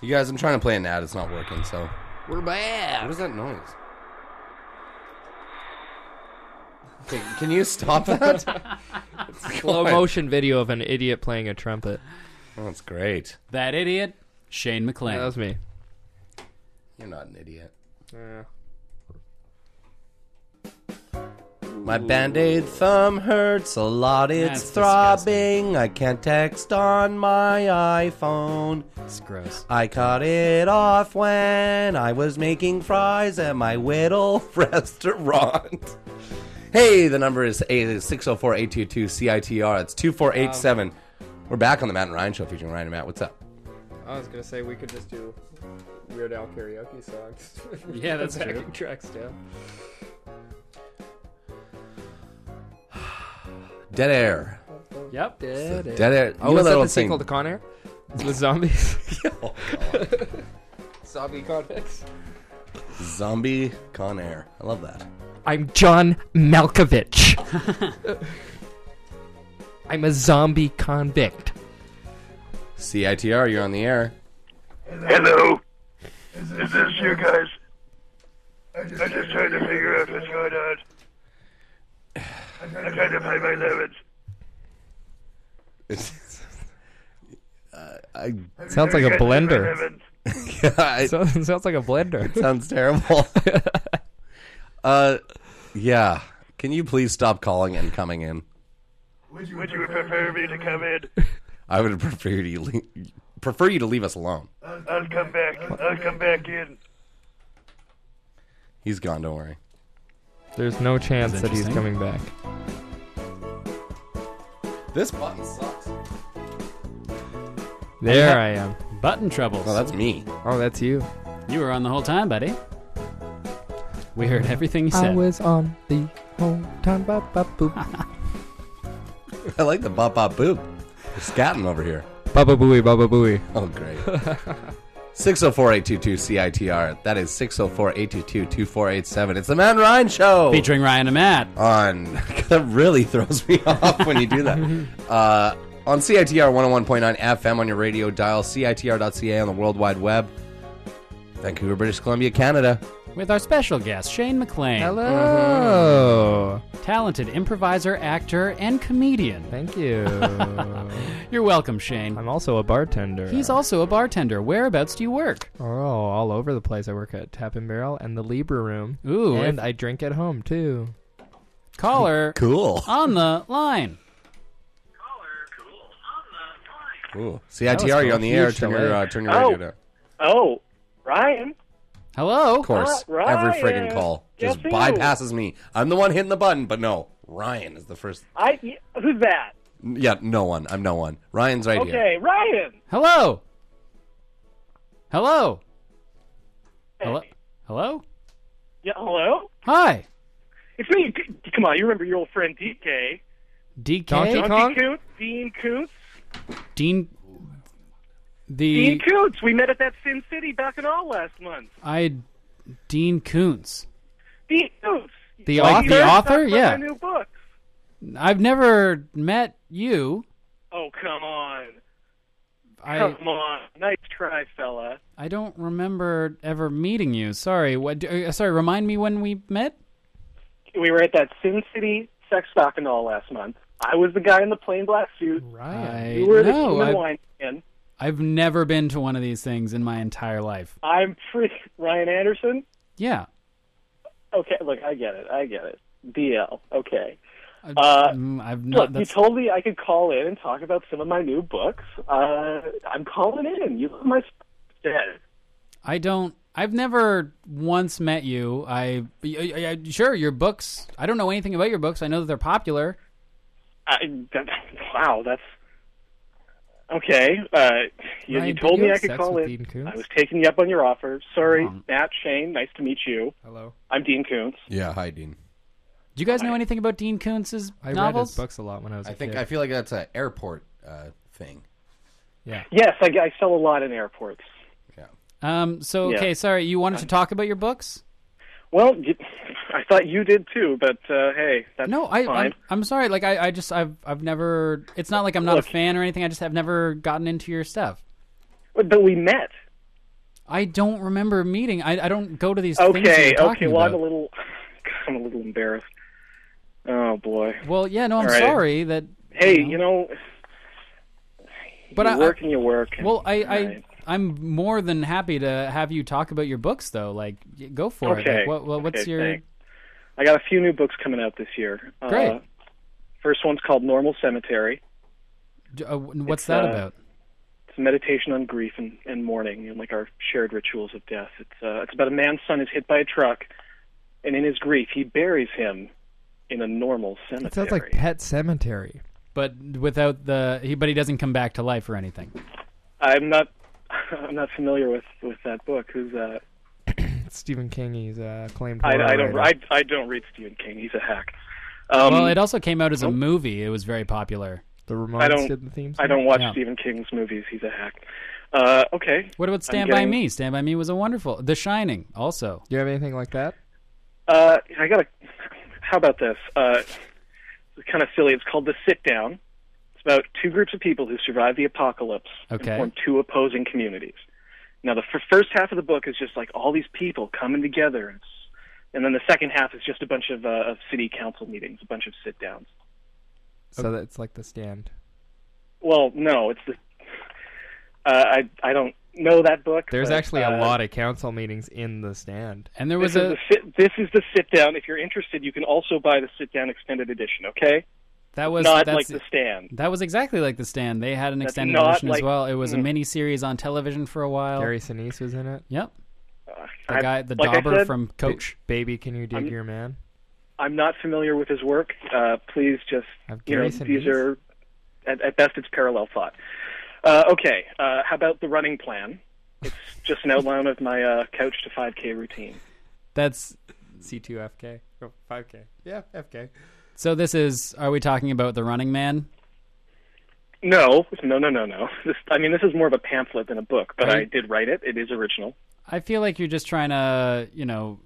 Speaker 2: You guys, I'm trying to play an ad. It's not working, so.
Speaker 12: We're bad.
Speaker 2: What is that noise? Okay, can you stop that?
Speaker 5: Slow motion video of an idiot playing a trumpet.
Speaker 2: Oh, That's great.
Speaker 3: That idiot, Shane McClain.
Speaker 5: That was me.
Speaker 2: You're not an idiot. My band aid thumb hurts a lot. It's
Speaker 3: That's
Speaker 2: throbbing. I can't text on my iPhone.
Speaker 3: It's gross.
Speaker 2: I cut it off when I was making fries at my Whittle restaurant. Hey, the number is 604 822 CITR. It's 2487.
Speaker 3: Oh.
Speaker 2: We're back on the Matt and Ryan show featuring Ryan and Matt. What's up?
Speaker 5: I was gonna say we could just do Weird Al karaoke songs.
Speaker 3: Yeah, that's true.
Speaker 5: Backing Tracks down.
Speaker 2: Dead air.
Speaker 3: Yep.
Speaker 5: Dead air.
Speaker 2: Dead air.
Speaker 5: Oh,
Speaker 2: You know
Speaker 5: was
Speaker 2: that
Speaker 5: that the
Speaker 2: old thing.
Speaker 5: sequel to Con Air? With zombies?
Speaker 2: oh,
Speaker 5: Zombie convicts.
Speaker 2: Zombie Con Air. I love that.
Speaker 5: I'm John Malkovich. I'm a zombie convict.
Speaker 2: CITR, you're on the air.
Speaker 13: Hello. Is, is this you guys? I just, I just tried to figure out what's going on. I tried, I tried to play my lemons.
Speaker 2: Uh, I,
Speaker 5: Sounds like a blender.
Speaker 2: yeah, it,
Speaker 5: So- sounds like a blender.
Speaker 2: it sounds terrible. uh, yeah. Can you please stop calling and coming in?
Speaker 13: Would you, would you prefer me to come in?
Speaker 2: I would prefer you to leave, prefer you to leave us alone.
Speaker 13: I'll, I'll come back. I'll come back in.
Speaker 2: He's gone. Don't worry.
Speaker 5: There's no chance
Speaker 2: That's
Speaker 5: that he's
Speaker 2: interesting.
Speaker 5: coming back.
Speaker 2: This button sucks.
Speaker 5: There I am.
Speaker 3: Button troubles.
Speaker 2: Oh, that's me.
Speaker 5: Oh, that's you.
Speaker 3: You were on the whole time, buddy. We heard everything you
Speaker 5: I
Speaker 3: said.
Speaker 5: was on the whole time. Ba, ba, boop.
Speaker 2: I like the bop bop boop. We're scatting over here.
Speaker 5: Baba booey, baba booey.
Speaker 2: Oh, great. 604 822 CITR. That is 604 822 2487. It's the Matt and Ryan Show.
Speaker 3: Featuring Ryan and Matt.
Speaker 2: On. That really throws me off when you do that. uh, on CITR 101.9 FM on your radio dial, CITR.ca on the World Wide Web, Vancouver, British Columbia, Canada.
Speaker 3: With our special guest, Shane McLean. Mm-hmm. Oh.
Speaker 5: Hello.
Speaker 3: Talented improviser, actor, and comedian.
Speaker 5: Thank you.
Speaker 3: You're welcome, Shane.
Speaker 5: I'm also a bartender.
Speaker 3: He's also a bartender. Whereabouts do you work?
Speaker 5: Oh, all over the place. I work at Tap and Barrel and the Libra Room.
Speaker 3: Ooh,
Speaker 5: and
Speaker 3: if-
Speaker 5: I drink at home too.
Speaker 3: Caller.
Speaker 2: Cool.
Speaker 3: On the line.
Speaker 2: Ooh.
Speaker 3: That was
Speaker 2: CITR, you're on the air.
Speaker 3: huge
Speaker 2: Turn
Speaker 3: delay.
Speaker 2: your, uh, turn your
Speaker 15: Oh.
Speaker 2: radio down.
Speaker 15: Oh, Ryan.
Speaker 3: Hello?
Speaker 2: Of course.
Speaker 15: Uh,
Speaker 2: every
Speaker 15: Ryan.
Speaker 2: friggin' call
Speaker 15: Yes,
Speaker 2: just
Speaker 15: you.
Speaker 2: bypasses me. I'm the one hitting the button, but no. Ryan is the first.
Speaker 15: I y- who's that?
Speaker 2: Yeah, no one. I'm no one. Ryan's right here.
Speaker 15: okay, Ryan.
Speaker 3: Hello. Hello. Hello. Hello.
Speaker 15: Yeah, hello.
Speaker 3: Hi.
Speaker 15: It's me. C- Come on, you remember your old friend DK?
Speaker 3: DK.
Speaker 15: Donkey Coots, Dean Coots,
Speaker 3: Dean. The
Speaker 15: Dean Coots. We met at that Sin City back in all last month.
Speaker 3: I. Dean Koontz.
Speaker 15: Dean Coots.
Speaker 3: The
Speaker 15: Like,
Speaker 3: author-
Speaker 15: you
Speaker 3: the
Speaker 15: guys
Speaker 3: author?
Speaker 15: talked about
Speaker 3: Yeah.
Speaker 15: My new book.
Speaker 3: I've never met you.
Speaker 15: Oh come on.
Speaker 3: I-
Speaker 15: Come on. Nice try, fella.
Speaker 3: I don't remember ever meeting you. Sorry. What? Uh, sorry. Remind me when we met.
Speaker 15: We were at that Sin City sex bacchanal last month. I was the guy in the plain black suit.
Speaker 3: Right.
Speaker 15: You were the
Speaker 3: No,
Speaker 15: human
Speaker 3: I-
Speaker 15: wine man.
Speaker 3: I've never been to one of these things in my entire life.
Speaker 15: I'm pretty Ryan Anderson.
Speaker 3: Yeah.
Speaker 15: Okay, look, I get it. I get it. DL. Okay.
Speaker 3: I-
Speaker 15: Uh,
Speaker 3: mm, I've
Speaker 15: Look,
Speaker 3: not.
Speaker 15: you
Speaker 3: That's,
Speaker 15: told me I could call in and talk about some of my new books. Uh, I'm calling in. You love my dead.
Speaker 3: I don't. I've never once met you. I, I, I- I- sure your books. I don't know anything about your books. I know that they're popular.
Speaker 15: I, that, wow, that's okay. Uh, you,
Speaker 3: Ryan,
Speaker 15: you
Speaker 3: did
Speaker 15: told
Speaker 3: you
Speaker 15: me
Speaker 3: have
Speaker 15: I could
Speaker 3: sex
Speaker 15: call
Speaker 3: with
Speaker 15: in.
Speaker 3: Dean Koontz?
Speaker 15: I was taking you up on your offer. Sorry, Matt, Shane. Nice to meet you.
Speaker 5: Hello.
Speaker 15: I'm Dean Koontz.
Speaker 2: Yeah, hi, Dean.
Speaker 3: Do you guys know anything about Dean Koontz's
Speaker 5: I read
Speaker 3: novels?
Speaker 5: his books a lot when I was.
Speaker 2: I
Speaker 5: a
Speaker 2: think
Speaker 5: kid.
Speaker 2: I feel like that's an airport uh, thing.
Speaker 5: Yeah.
Speaker 15: Yes, I, I sell a lot in airports.
Speaker 3: Um. So
Speaker 15: Yeah.
Speaker 3: okay. Sorry. You wanted to
Speaker 15: I'm-
Speaker 3: talk about your books?
Speaker 15: Well, you, I thought you did too, but uh, hey, that's
Speaker 3: No. I.
Speaker 15: fine.
Speaker 3: I'm, I'm sorry. Like I. I just. I've. I've never. It's not like I'm not
Speaker 15: Look.
Speaker 3: a fan or anything. I just have never gotten into your stuff.
Speaker 15: But, but we met.
Speaker 3: I don't remember meeting. I, I don't go to these things. that
Speaker 15: Okay,
Speaker 3: you're
Speaker 15: okay.
Speaker 3: talking
Speaker 15: Well, I'm a
Speaker 3: about.
Speaker 15: little, I'm a little embarrassed. Oh boy.
Speaker 3: Well, yeah, no, I'm
Speaker 15: All right.
Speaker 3: sorry that.
Speaker 15: Hey, you know,
Speaker 3: But
Speaker 15: you
Speaker 3: I-
Speaker 15: work and you work. and-
Speaker 3: Well, I,
Speaker 15: all
Speaker 3: I
Speaker 15: right.
Speaker 3: I'm more than happy to have you talk about your books, though. Like, y- go for it.
Speaker 15: okay.
Speaker 3: Like, what, what, what's
Speaker 15: okay,
Speaker 3: your?
Speaker 15: thanks. I got a few new books coming out this year. Uh,
Speaker 3: Great.
Speaker 15: first one's called Normal Cemetery.
Speaker 3: d- Uh, wh- what's
Speaker 15: It's,
Speaker 3: that
Speaker 15: uh,
Speaker 3: about?
Speaker 15: It's a meditation on grief and, and mourning and like our shared rituals of death. It's uh, it's about a man's son is hit by a truck, and in his grief he buries him in a normal cemetery.
Speaker 5: It sounds like Pet Cemetery.
Speaker 3: But without the, he, but he doesn't come back to life or anything.
Speaker 15: I'm not I'm not familiar with with that book. Who's uh,
Speaker 5: Stephen King, he's uh, acclaimed.
Speaker 15: I,
Speaker 5: horror
Speaker 15: I don't I,
Speaker 5: writer.
Speaker 15: I don't read Stephen King. He's a hack. Um,
Speaker 3: well, it also came out as a movie. It was very popular.
Speaker 5: The
Speaker 15: I don't I don't watch
Speaker 3: Yeah.
Speaker 15: Stephen King's movies. He's a hack. Uh, okay.
Speaker 3: What
Speaker 15: I'm
Speaker 3: about Stand
Speaker 15: getting-
Speaker 3: by Me? Stand by Me was a wonderful. The Shining, also.
Speaker 5: Do you have anything like that?
Speaker 15: Uh, I got to How about this? Uh, it's kind of silly. It's called The Sit Down. It's about two groups of people who survive the apocalypse and
Speaker 3: Okay.
Speaker 15: form two opposing communities. Now, the f- first half of the book is just like all these people coming together, and, s- and then the second half is just a bunch of, uh, of city council meetings, a bunch of sit downs.
Speaker 5: So that it's like the stand.
Speaker 15: Well, no, it's the. Uh, I I don't know that book.
Speaker 5: There's
Speaker 15: but,
Speaker 5: actually
Speaker 15: uh,
Speaker 5: a lot of council meetings in the stand.
Speaker 3: And there
Speaker 15: this is the sit, this is the sit down. If you're interested, you can also buy the sit down extended edition. Okay,
Speaker 3: That was
Speaker 15: not
Speaker 3: that's-
Speaker 15: like the stand.
Speaker 3: That was exactly like the stand. They had an
Speaker 15: That's
Speaker 3: extended
Speaker 15: not
Speaker 3: edition as
Speaker 15: like-
Speaker 3: well. It was a
Speaker 15: Mm.
Speaker 3: mini series on television for a while.
Speaker 5: Gary Sinise was in it.
Speaker 3: Yep. The
Speaker 15: Uh, I-
Speaker 3: guy, the
Speaker 15: like I
Speaker 3: dauber
Speaker 15: said-
Speaker 3: from Coach.
Speaker 5: Baby, can you dig
Speaker 15: I'm-
Speaker 5: your man?
Speaker 15: I'm not familiar with his work. Uh, please just you know
Speaker 5: Gary Sinise?
Speaker 15: these are at, at best it's parallel thought. Uh, okay, uh, how about the running plan? It's just an outline of my uh, couch to 5K routine.
Speaker 3: That's
Speaker 5: C2FK. Oh, 5K. Yeah, FK.
Speaker 3: so. This is. Are we talking about the Running Man?
Speaker 15: No, no, no, no, no. This, I mean, this is more of a pamphlet than a book, but I
Speaker 3: Right.
Speaker 15: did write it. It is original.
Speaker 3: I feel like you're just trying to, you know,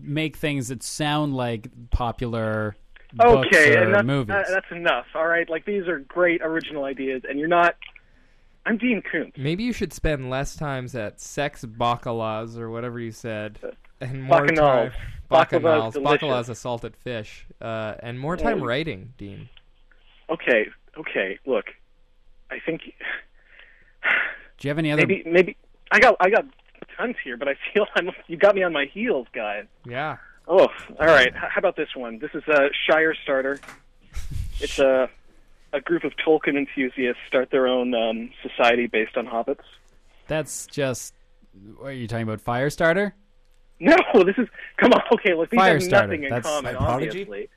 Speaker 3: make things that sound like popular books
Speaker 15: okay,
Speaker 3: or
Speaker 15: enough,
Speaker 3: movies.
Speaker 15: uh, that's enough. All right, like these are great original ideas, and you're not. I'm Dean Koontz.
Speaker 5: Maybe you should spend less times at sex bacalas or whatever you
Speaker 15: Uh,
Speaker 5: said, and more
Speaker 15: Bacchanals.
Speaker 5: time
Speaker 15: Baklava's
Speaker 5: bacalas,
Speaker 15: delicious.
Speaker 5: bacalas, a salted fish, uh, and more time
Speaker 15: Oh.
Speaker 5: writing, Dean.
Speaker 15: Okay, okay. Look, I think
Speaker 3: Do you have any other?
Speaker 15: maybe maybe I got I got tons here, but I feel I'm you got me on my heels, guys.
Speaker 5: Yeah.
Speaker 15: Oh, all right. H- How about this one? This is a Shire starter. It's a a group of Tolkien enthusiasts start their own um, society based on hobbits.
Speaker 3: That's just. What are you talking about? Firestarter.
Speaker 15: No, this is come on. Okay, look, these have
Speaker 3: Firestarter,
Speaker 15: nothing in
Speaker 3: that's-
Speaker 15: common.
Speaker 3: My prodigy?
Speaker 15: Obviously,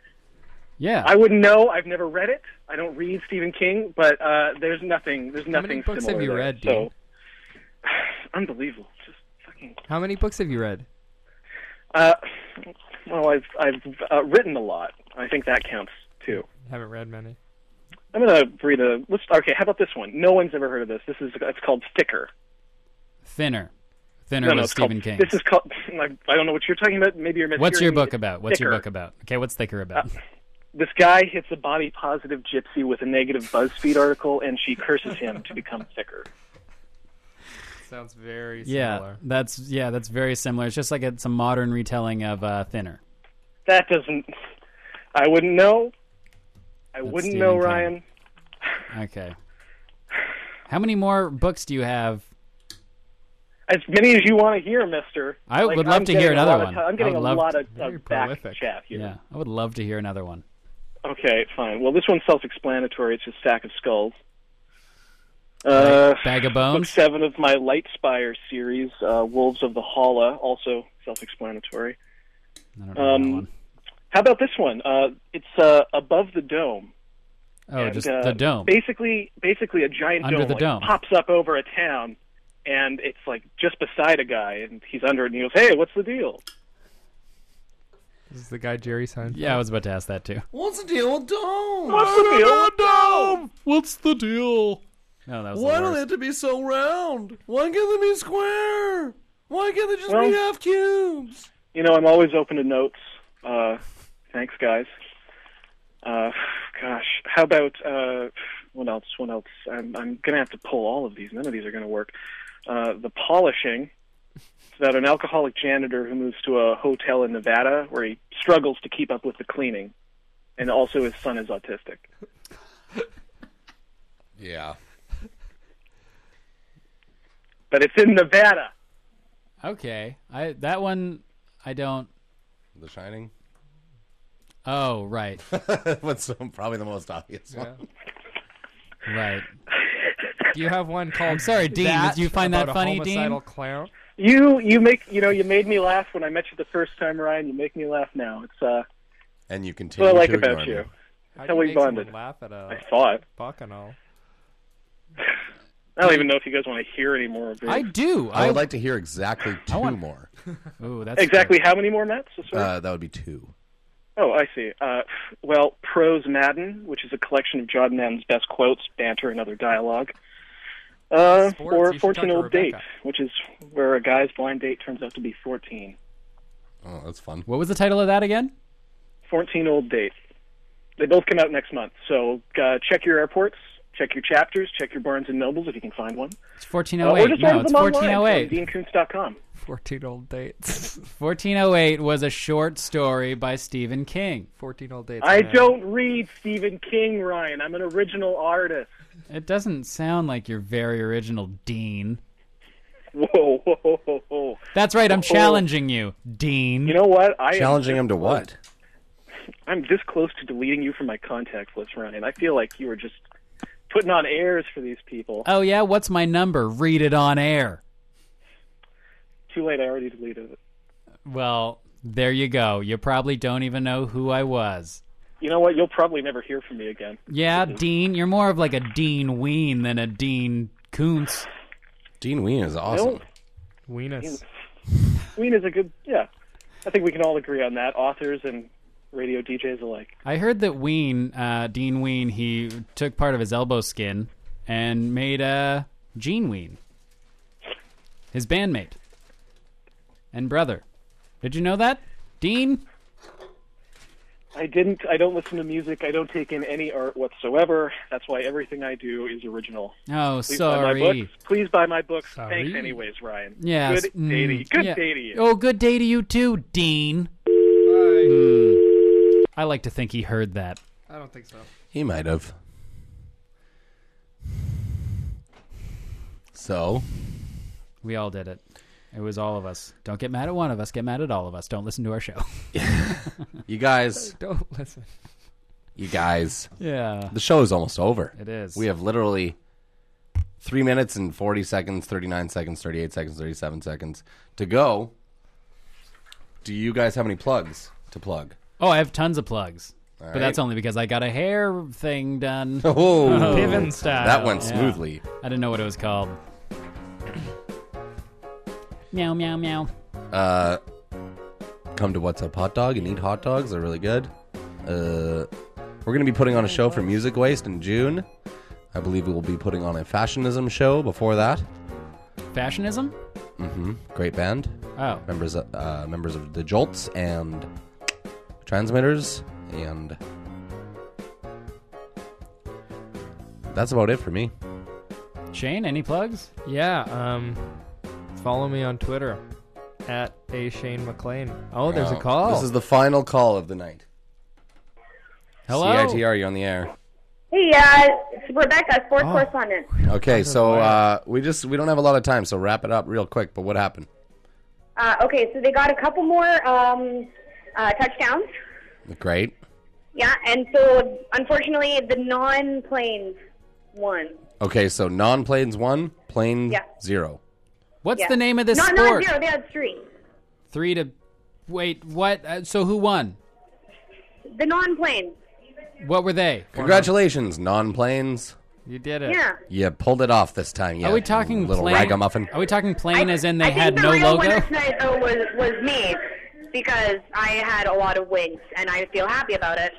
Speaker 3: Yeah.
Speaker 15: I wouldn't know. I've never read it. I don't read Stephen King, but uh, there's nothing. There's
Speaker 5: How
Speaker 15: nothing
Speaker 5: many books
Speaker 15: similar
Speaker 5: have you
Speaker 15: there,
Speaker 5: read,
Speaker 15: So
Speaker 5: Dean?
Speaker 15: unbelievable. Just fucking.
Speaker 5: How many books have you read?
Speaker 15: Uh, well, I've I've uh, written a lot. I think that counts too.
Speaker 5: Haven't read many.
Speaker 15: I'm gonna read a. Let's, okay, how about this one? No one's ever heard of this. This is it's called Thicker.
Speaker 3: Thinner. Thinner
Speaker 15: no, no,
Speaker 3: was
Speaker 15: it's
Speaker 3: Stephen
Speaker 15: called,
Speaker 3: King.
Speaker 15: This is called. Like, I don't know what you're talking about. Maybe you're.
Speaker 3: What's your
Speaker 15: mishearing
Speaker 3: book
Speaker 15: me.
Speaker 3: about? What's your
Speaker 15: Thicker. Uh,
Speaker 3: book about? Okay, what's thicker about?
Speaker 15: This guy hits a body positive gypsy with a negative BuzzFeed article, and she curses him to become thicker.
Speaker 5: Sounds very
Speaker 3: yeah, that's yeah, that's very similar. It's just like it's a modern retelling of uh, Thinner.
Speaker 15: That doesn't. I wouldn't know. I
Speaker 3: That's
Speaker 15: wouldn't
Speaker 3: Stephen
Speaker 15: know,
Speaker 3: King.
Speaker 15: Ryan.
Speaker 3: Okay. How many more books do you have?
Speaker 15: As many as you want to hear, Mister.
Speaker 3: I
Speaker 15: Like,
Speaker 3: would love
Speaker 15: I'm
Speaker 3: to hear
Speaker 15: getting a
Speaker 3: another
Speaker 15: lot of
Speaker 3: one.
Speaker 15: ti- I'm
Speaker 3: I
Speaker 15: getting
Speaker 3: would
Speaker 15: a
Speaker 3: love
Speaker 15: lot
Speaker 3: to-
Speaker 15: of, of back chat here.
Speaker 3: Yeah, I would love to hear another one.
Speaker 15: Okay, fine. Well, this one's self-explanatory. It's a stack of skulls. Uh,
Speaker 3: Bag of bones.
Speaker 15: Book seven of my Lightspire series, uh, Wolves of the Halla, also self-explanatory. Um, how about this one? Uh, it's uh, above the dome.
Speaker 3: Oh,
Speaker 15: And,
Speaker 3: just
Speaker 15: uh,
Speaker 3: the dome.
Speaker 15: Basically, basically a giant
Speaker 3: Under
Speaker 15: dome,
Speaker 3: the
Speaker 15: like,
Speaker 3: dome.
Speaker 15: pops up over a town, and it's like just beside a guy, and he's under it, and he goes, "Hey, what's the deal?"
Speaker 5: This is the guy Jerry Seinfeld.
Speaker 3: Yeah, I was about to ask that too.
Speaker 2: What's the deal with domes?
Speaker 15: What's the deal with
Speaker 2: domes?
Speaker 3: What's the deal? No, that was
Speaker 2: Why
Speaker 3: the
Speaker 2: do they
Speaker 3: worst.
Speaker 2: have to be so round? Why can't they be square? Why can't they just
Speaker 15: Well-
Speaker 2: be half cubes?
Speaker 15: You know, I'm always open to notes. Uh, thanks, guys. Uh, gosh, how about uh, what else? What else? I'm, I'm gonna have to pull all of these. None of these are gonna work. Uh, the polishing. It's about an alcoholic janitor who moves to a hotel in Nevada where he struggles to keep up with the cleaning, and also his son is autistic.
Speaker 2: Yeah.
Speaker 15: But it's in Nevada.
Speaker 3: Okay, I that one I don't.
Speaker 2: The Shining.
Speaker 3: Oh right,
Speaker 2: What's probably the most obvious one?
Speaker 3: right.
Speaker 5: Do you have one called?
Speaker 3: I'm sorry, Dean.
Speaker 5: That
Speaker 3: did you find
Speaker 5: about
Speaker 3: that
Speaker 5: a
Speaker 3: funny,
Speaker 5: homicidal
Speaker 3: Dean?
Speaker 5: Clown?
Speaker 15: You you make you know you made me laugh when I met you the first time, Ryan. You make me laugh now. It's uh,
Speaker 2: And you
Speaker 15: that's what
Speaker 2: continue.
Speaker 15: I like
Speaker 2: to
Speaker 15: about
Speaker 2: ignore
Speaker 15: you.
Speaker 2: me.
Speaker 15: That's
Speaker 5: How'd
Speaker 15: how
Speaker 5: you
Speaker 15: we
Speaker 5: make someone
Speaker 15: bonded.
Speaker 5: Laugh at a
Speaker 15: I saw it.
Speaker 5: Bacchanal.
Speaker 15: I don't even know if you guys want to hear any more of it.
Speaker 2: I would like to hear exactly two more.
Speaker 3: Ooh,
Speaker 15: exactly how many more Mets? This week?
Speaker 2: Uh, that would be two.
Speaker 15: Oh, I see. Uh, well, Prose Madden, which is a collection of John Madden's best quotes, banter, and other dialogue. Uh,
Speaker 5: Sports, you
Speaker 15: or
Speaker 5: should
Speaker 15: 14
Speaker 5: talk to
Speaker 15: Old Date,
Speaker 5: Rebecca.
Speaker 15: which is where a guy's blind date turns out to be 14.
Speaker 2: Oh, that's fun.
Speaker 3: What was the title of that again?
Speaker 15: 14 Old Date. They both come out next month, so uh, check your airports, check your chapters, check your Barnes and Nobles if you can find one.
Speaker 3: It's
Speaker 15: Uh, or
Speaker 3: 1408.
Speaker 15: just
Speaker 3: no,
Speaker 15: order
Speaker 3: it's
Speaker 15: them online
Speaker 3: 1408.
Speaker 15: from DeanKoontz.com.
Speaker 5: 14 old dates.
Speaker 3: 1408 was a short story by Stephen King.
Speaker 5: 14 old dates.
Speaker 3: uh,
Speaker 15: I don't read Stephen King, Ryan. I'm an original artist.
Speaker 3: It doesn't sound like you're very original, Dean.
Speaker 15: Whoa, whoa, whoa, whoa. Oh.
Speaker 3: That's right. I'm
Speaker 15: Whoa.
Speaker 3: challenging you, Dean.
Speaker 15: You know what? I am
Speaker 2: Challenging
Speaker 15: just
Speaker 2: him to what?
Speaker 15: I'm this close to deleting you from my contact list, Ryan. I feel like you were just putting on airs for these people.
Speaker 3: Oh yeah, what's my number? Read it on air.
Speaker 15: Too late. I already deleted it.
Speaker 3: Well, there you go. You probably don't even know who I was.
Speaker 15: You know what? You'll probably never hear from me again.
Speaker 3: Yeah, Dean, you're more of like a Dean Ween than a Dean Koontz.
Speaker 2: Dean Ween is
Speaker 15: awesome.
Speaker 5: Weenus.
Speaker 15: Ween is a good. Yeah, I think we can all agree on that. Authors and radio DJs alike.
Speaker 3: I heard that Ween, uh, Dean Ween, he took part of his elbow skin and made uh, Gene Ween, his bandmate and brother. Did you know that, Dean?
Speaker 15: I didn't. I don't listen to music. I don't take in any art whatsoever. That's why everything I do is original.
Speaker 3: Oh,
Speaker 15: Please Buy my
Speaker 3: sorry.
Speaker 15: books. Please buy my books.
Speaker 3: Sorry. mm,
Speaker 15: Thanks, anyways, Ryan.
Speaker 3: Yeah.
Speaker 15: Good day to you. Good day to you.
Speaker 3: Oh, good day to you too, Dean. Hmm. I like to think he heard that.
Speaker 5: I don't think so.
Speaker 2: He might have. So,
Speaker 3: We all did it. It was all of us. Don't get mad at one of us. Get mad at all of us. Don't listen to our show.
Speaker 2: you guys,
Speaker 5: Don't listen.
Speaker 2: you guys.
Speaker 3: Yeah.
Speaker 2: The show is almost over.
Speaker 3: It is.
Speaker 2: We have literally three minutes and 40 seconds, 39 seconds, 38 seconds, 37 seconds to go. Do you guys have any plugs to plug?
Speaker 3: Oh, I have tons of plugs. but
Speaker 2: right.
Speaker 3: that's only because I got a hair thing done.
Speaker 2: Oh.
Speaker 3: Piven style.
Speaker 2: That went
Speaker 3: Yeah.
Speaker 2: smoothly.
Speaker 3: I didn't know what it was called. Meow, meow, meow.
Speaker 2: Uh, come to What's Up Hot Dog and eat hot dogs. They're really good. Uh, we're going to be putting on a show for Music Waste in June. I believe we will be putting on a fashionism show before that.
Speaker 3: Fashionism?
Speaker 2: hmm Great band.
Speaker 3: Oh.
Speaker 2: Members of, uh, members of the Jolts and Transmitters and that's about it for me.
Speaker 3: Shane, any plugs?
Speaker 5: Yeah. Um, follow me on Twitter at a Shane McLean. Oh, there's a
Speaker 2: Uh,
Speaker 5: call.
Speaker 2: This is the final call of the night.
Speaker 3: Hello?
Speaker 2: CITR, you're on the air.
Speaker 10: Hey, uh, it's Rebecca, sports correspondent.
Speaker 2: Okay, so uh, we just we don't have a lot of time, so wrap it up real quick. But what happened?
Speaker 10: Uh, okay, so they got a couple more um, uh, touchdowns.
Speaker 2: Great.
Speaker 10: Yeah, and so unfortunately, the non-planes won.
Speaker 2: Okay, so non planes one, plane
Speaker 10: Yeah.
Speaker 2: zero.
Speaker 3: What's
Speaker 10: Yeah.
Speaker 3: the name of this
Speaker 10: not,
Speaker 3: sport?
Speaker 10: Not zero. They had three.
Speaker 3: Three to. Wait, what? Uh, so who won?
Speaker 10: The non-planes.
Speaker 3: What were they?
Speaker 2: Congratulations, non planes.
Speaker 5: You did
Speaker 10: it. Yeah.
Speaker 2: You pulled it off this time. You
Speaker 3: Are we talking
Speaker 2: little
Speaker 3: plane?
Speaker 2: ragamuffin?
Speaker 3: Are we talking plane as in they
Speaker 10: I
Speaker 3: had
Speaker 10: think the
Speaker 3: no
Speaker 10: real
Speaker 3: logo?
Speaker 10: one this night though was was me because I had a lot of wings and I feel happy about it.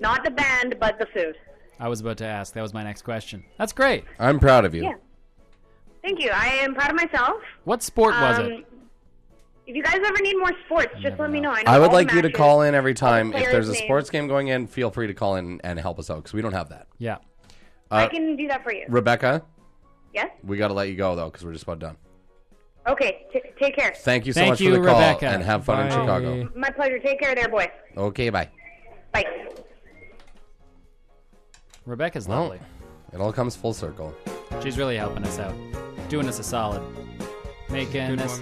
Speaker 10: Not the band, but the food.
Speaker 3: I was about to ask. That was my next question. That's great.
Speaker 2: I'm proud of you.
Speaker 10: Yeah. Thank you. I am proud of myself.
Speaker 3: What sport was
Speaker 10: Um,
Speaker 3: it?
Speaker 10: If you guys ever need more sports, just let me know. I, know
Speaker 2: I would
Speaker 10: all
Speaker 2: like you to
Speaker 10: matches.
Speaker 2: call in every time. If
Speaker 10: players'
Speaker 2: there's a
Speaker 10: names.
Speaker 2: sports game going in, feel free to call in and help us out because we don't have that. Uh,
Speaker 3: Yeah.
Speaker 10: I can do that for you.
Speaker 2: Rebecca,
Speaker 10: yes.
Speaker 2: we got to let you go, though, because we're just about done.
Speaker 10: Okay, t- take care.
Speaker 2: Thank you so much for the call and have fun in
Speaker 10: Bye.
Speaker 2: Chicago.
Speaker 10: My pleasure. Take care there, boy.
Speaker 2: Okay, bye.
Speaker 10: Bye.
Speaker 3: Rebecca's
Speaker 2: Well,
Speaker 3: lovely.
Speaker 2: It all comes full circle.
Speaker 3: She's really helping us out, doing us a solid, making
Speaker 2: Good
Speaker 3: us.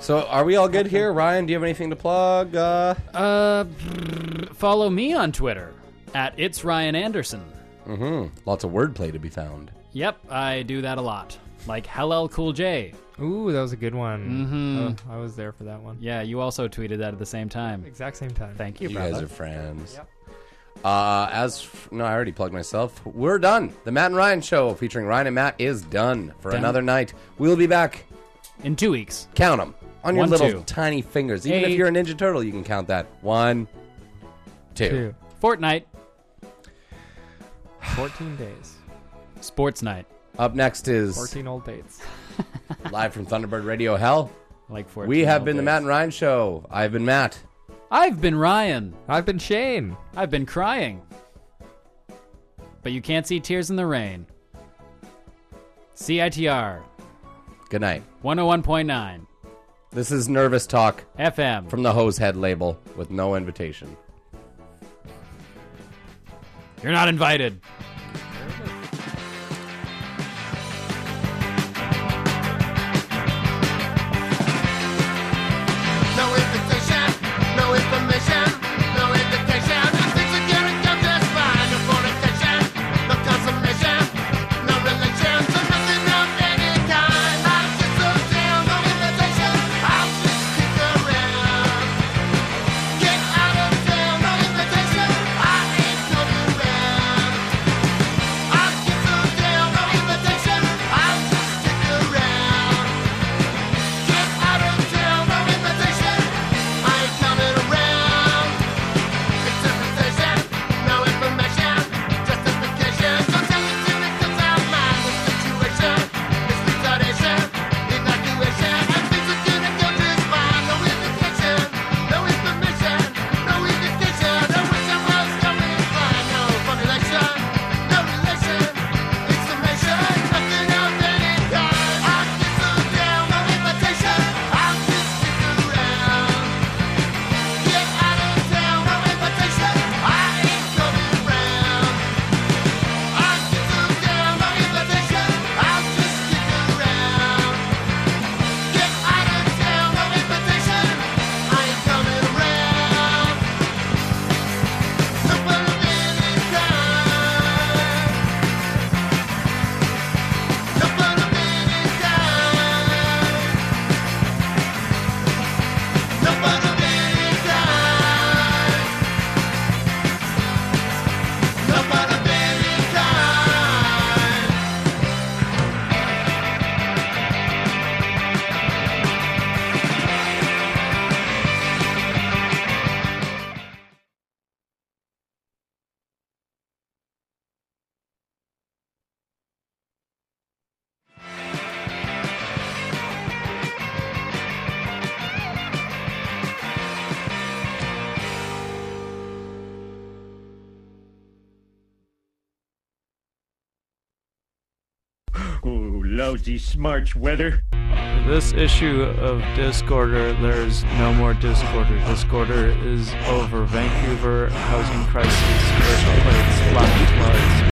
Speaker 2: So, are we all good here? Ryan, do you have anything to plug? Uh,
Speaker 3: uh follow me on Twitter at it's Ryan Anderson.
Speaker 2: hmm Lots of wordplay to be found.
Speaker 3: Yep, I do that a lot. Like Hellel Cool J.
Speaker 5: Ooh, that was a good
Speaker 2: Mm-hmm.
Speaker 5: one.
Speaker 3: Mhm.
Speaker 5: Oh, I was there for that one.
Speaker 3: Yeah, you also tweeted that at the same time.
Speaker 5: Exact same time.
Speaker 3: Thank you,
Speaker 2: you
Speaker 3: brother.
Speaker 2: guys are friends. Uh, as f- no, I already plugged myself. We're done. The Matt and Ryan show featuring Ryan and Matt is done for
Speaker 3: Done.
Speaker 2: another night. We'll be back
Speaker 3: in two weeks.
Speaker 2: Count them on your
Speaker 3: One,
Speaker 2: little
Speaker 3: two.
Speaker 2: tiny fingers. Even if
Speaker 3: Eight.
Speaker 2: you're a Ninja Turtle, you can count that. One, two.
Speaker 5: Two.
Speaker 3: Fortnite.
Speaker 5: 14 days.
Speaker 3: Sports night.
Speaker 2: Up next is
Speaker 5: 14 old dates.
Speaker 2: live from Thunderbird Radio Hell.
Speaker 3: Like Oh, 14
Speaker 2: we have
Speaker 3: old
Speaker 2: been the
Speaker 3: days.
Speaker 2: Matt and Ryan show. I've been Matt.
Speaker 3: I've been Ryan.
Speaker 5: I've been Shane.
Speaker 3: I've been crying. But you can't see tears in the rain. CITR
Speaker 2: Good night.
Speaker 3: 101.9
Speaker 2: This is Nervous Talk
Speaker 3: FM
Speaker 2: from the Hosehead label with no invitation.
Speaker 3: You're not invited.
Speaker 1: No invitation, no information, no indication. I think you get it done just fine. No fornication, no consummation, no religion, so nothing of any kind. I'm just so down, no invitation. I'll just stick around. Get out of town, no invitation. I ain't coming round. I'm just so down, no invitation. I'll just stick around. Get out of town, no invitation. I ain't coming around. It's invitation, no information, justification. So tell me till it comes out mine. The situation is retardation, evacuation. And things are gonna go just fine. No indication, no information, no indication. I wish I was coming fine. No formulation, no relation, exclamation, nothing of any kind. I'm just so down, no invitation. I'm just sticking around. Get out of town, no invitation. I ain't coming round. I'm just so down, no invitation. I'm just sticking around. Get out of town, no invitation. I ain't coming round. No one of any kind. No one of any kind. No one of any kind. No one of any kind.
Speaker 16: Ooh, lousy smarch weather. This issue of Discorder, there's no more Discorder. Discorder is over. Vancouver housing crisis, earthquakes, locked floods.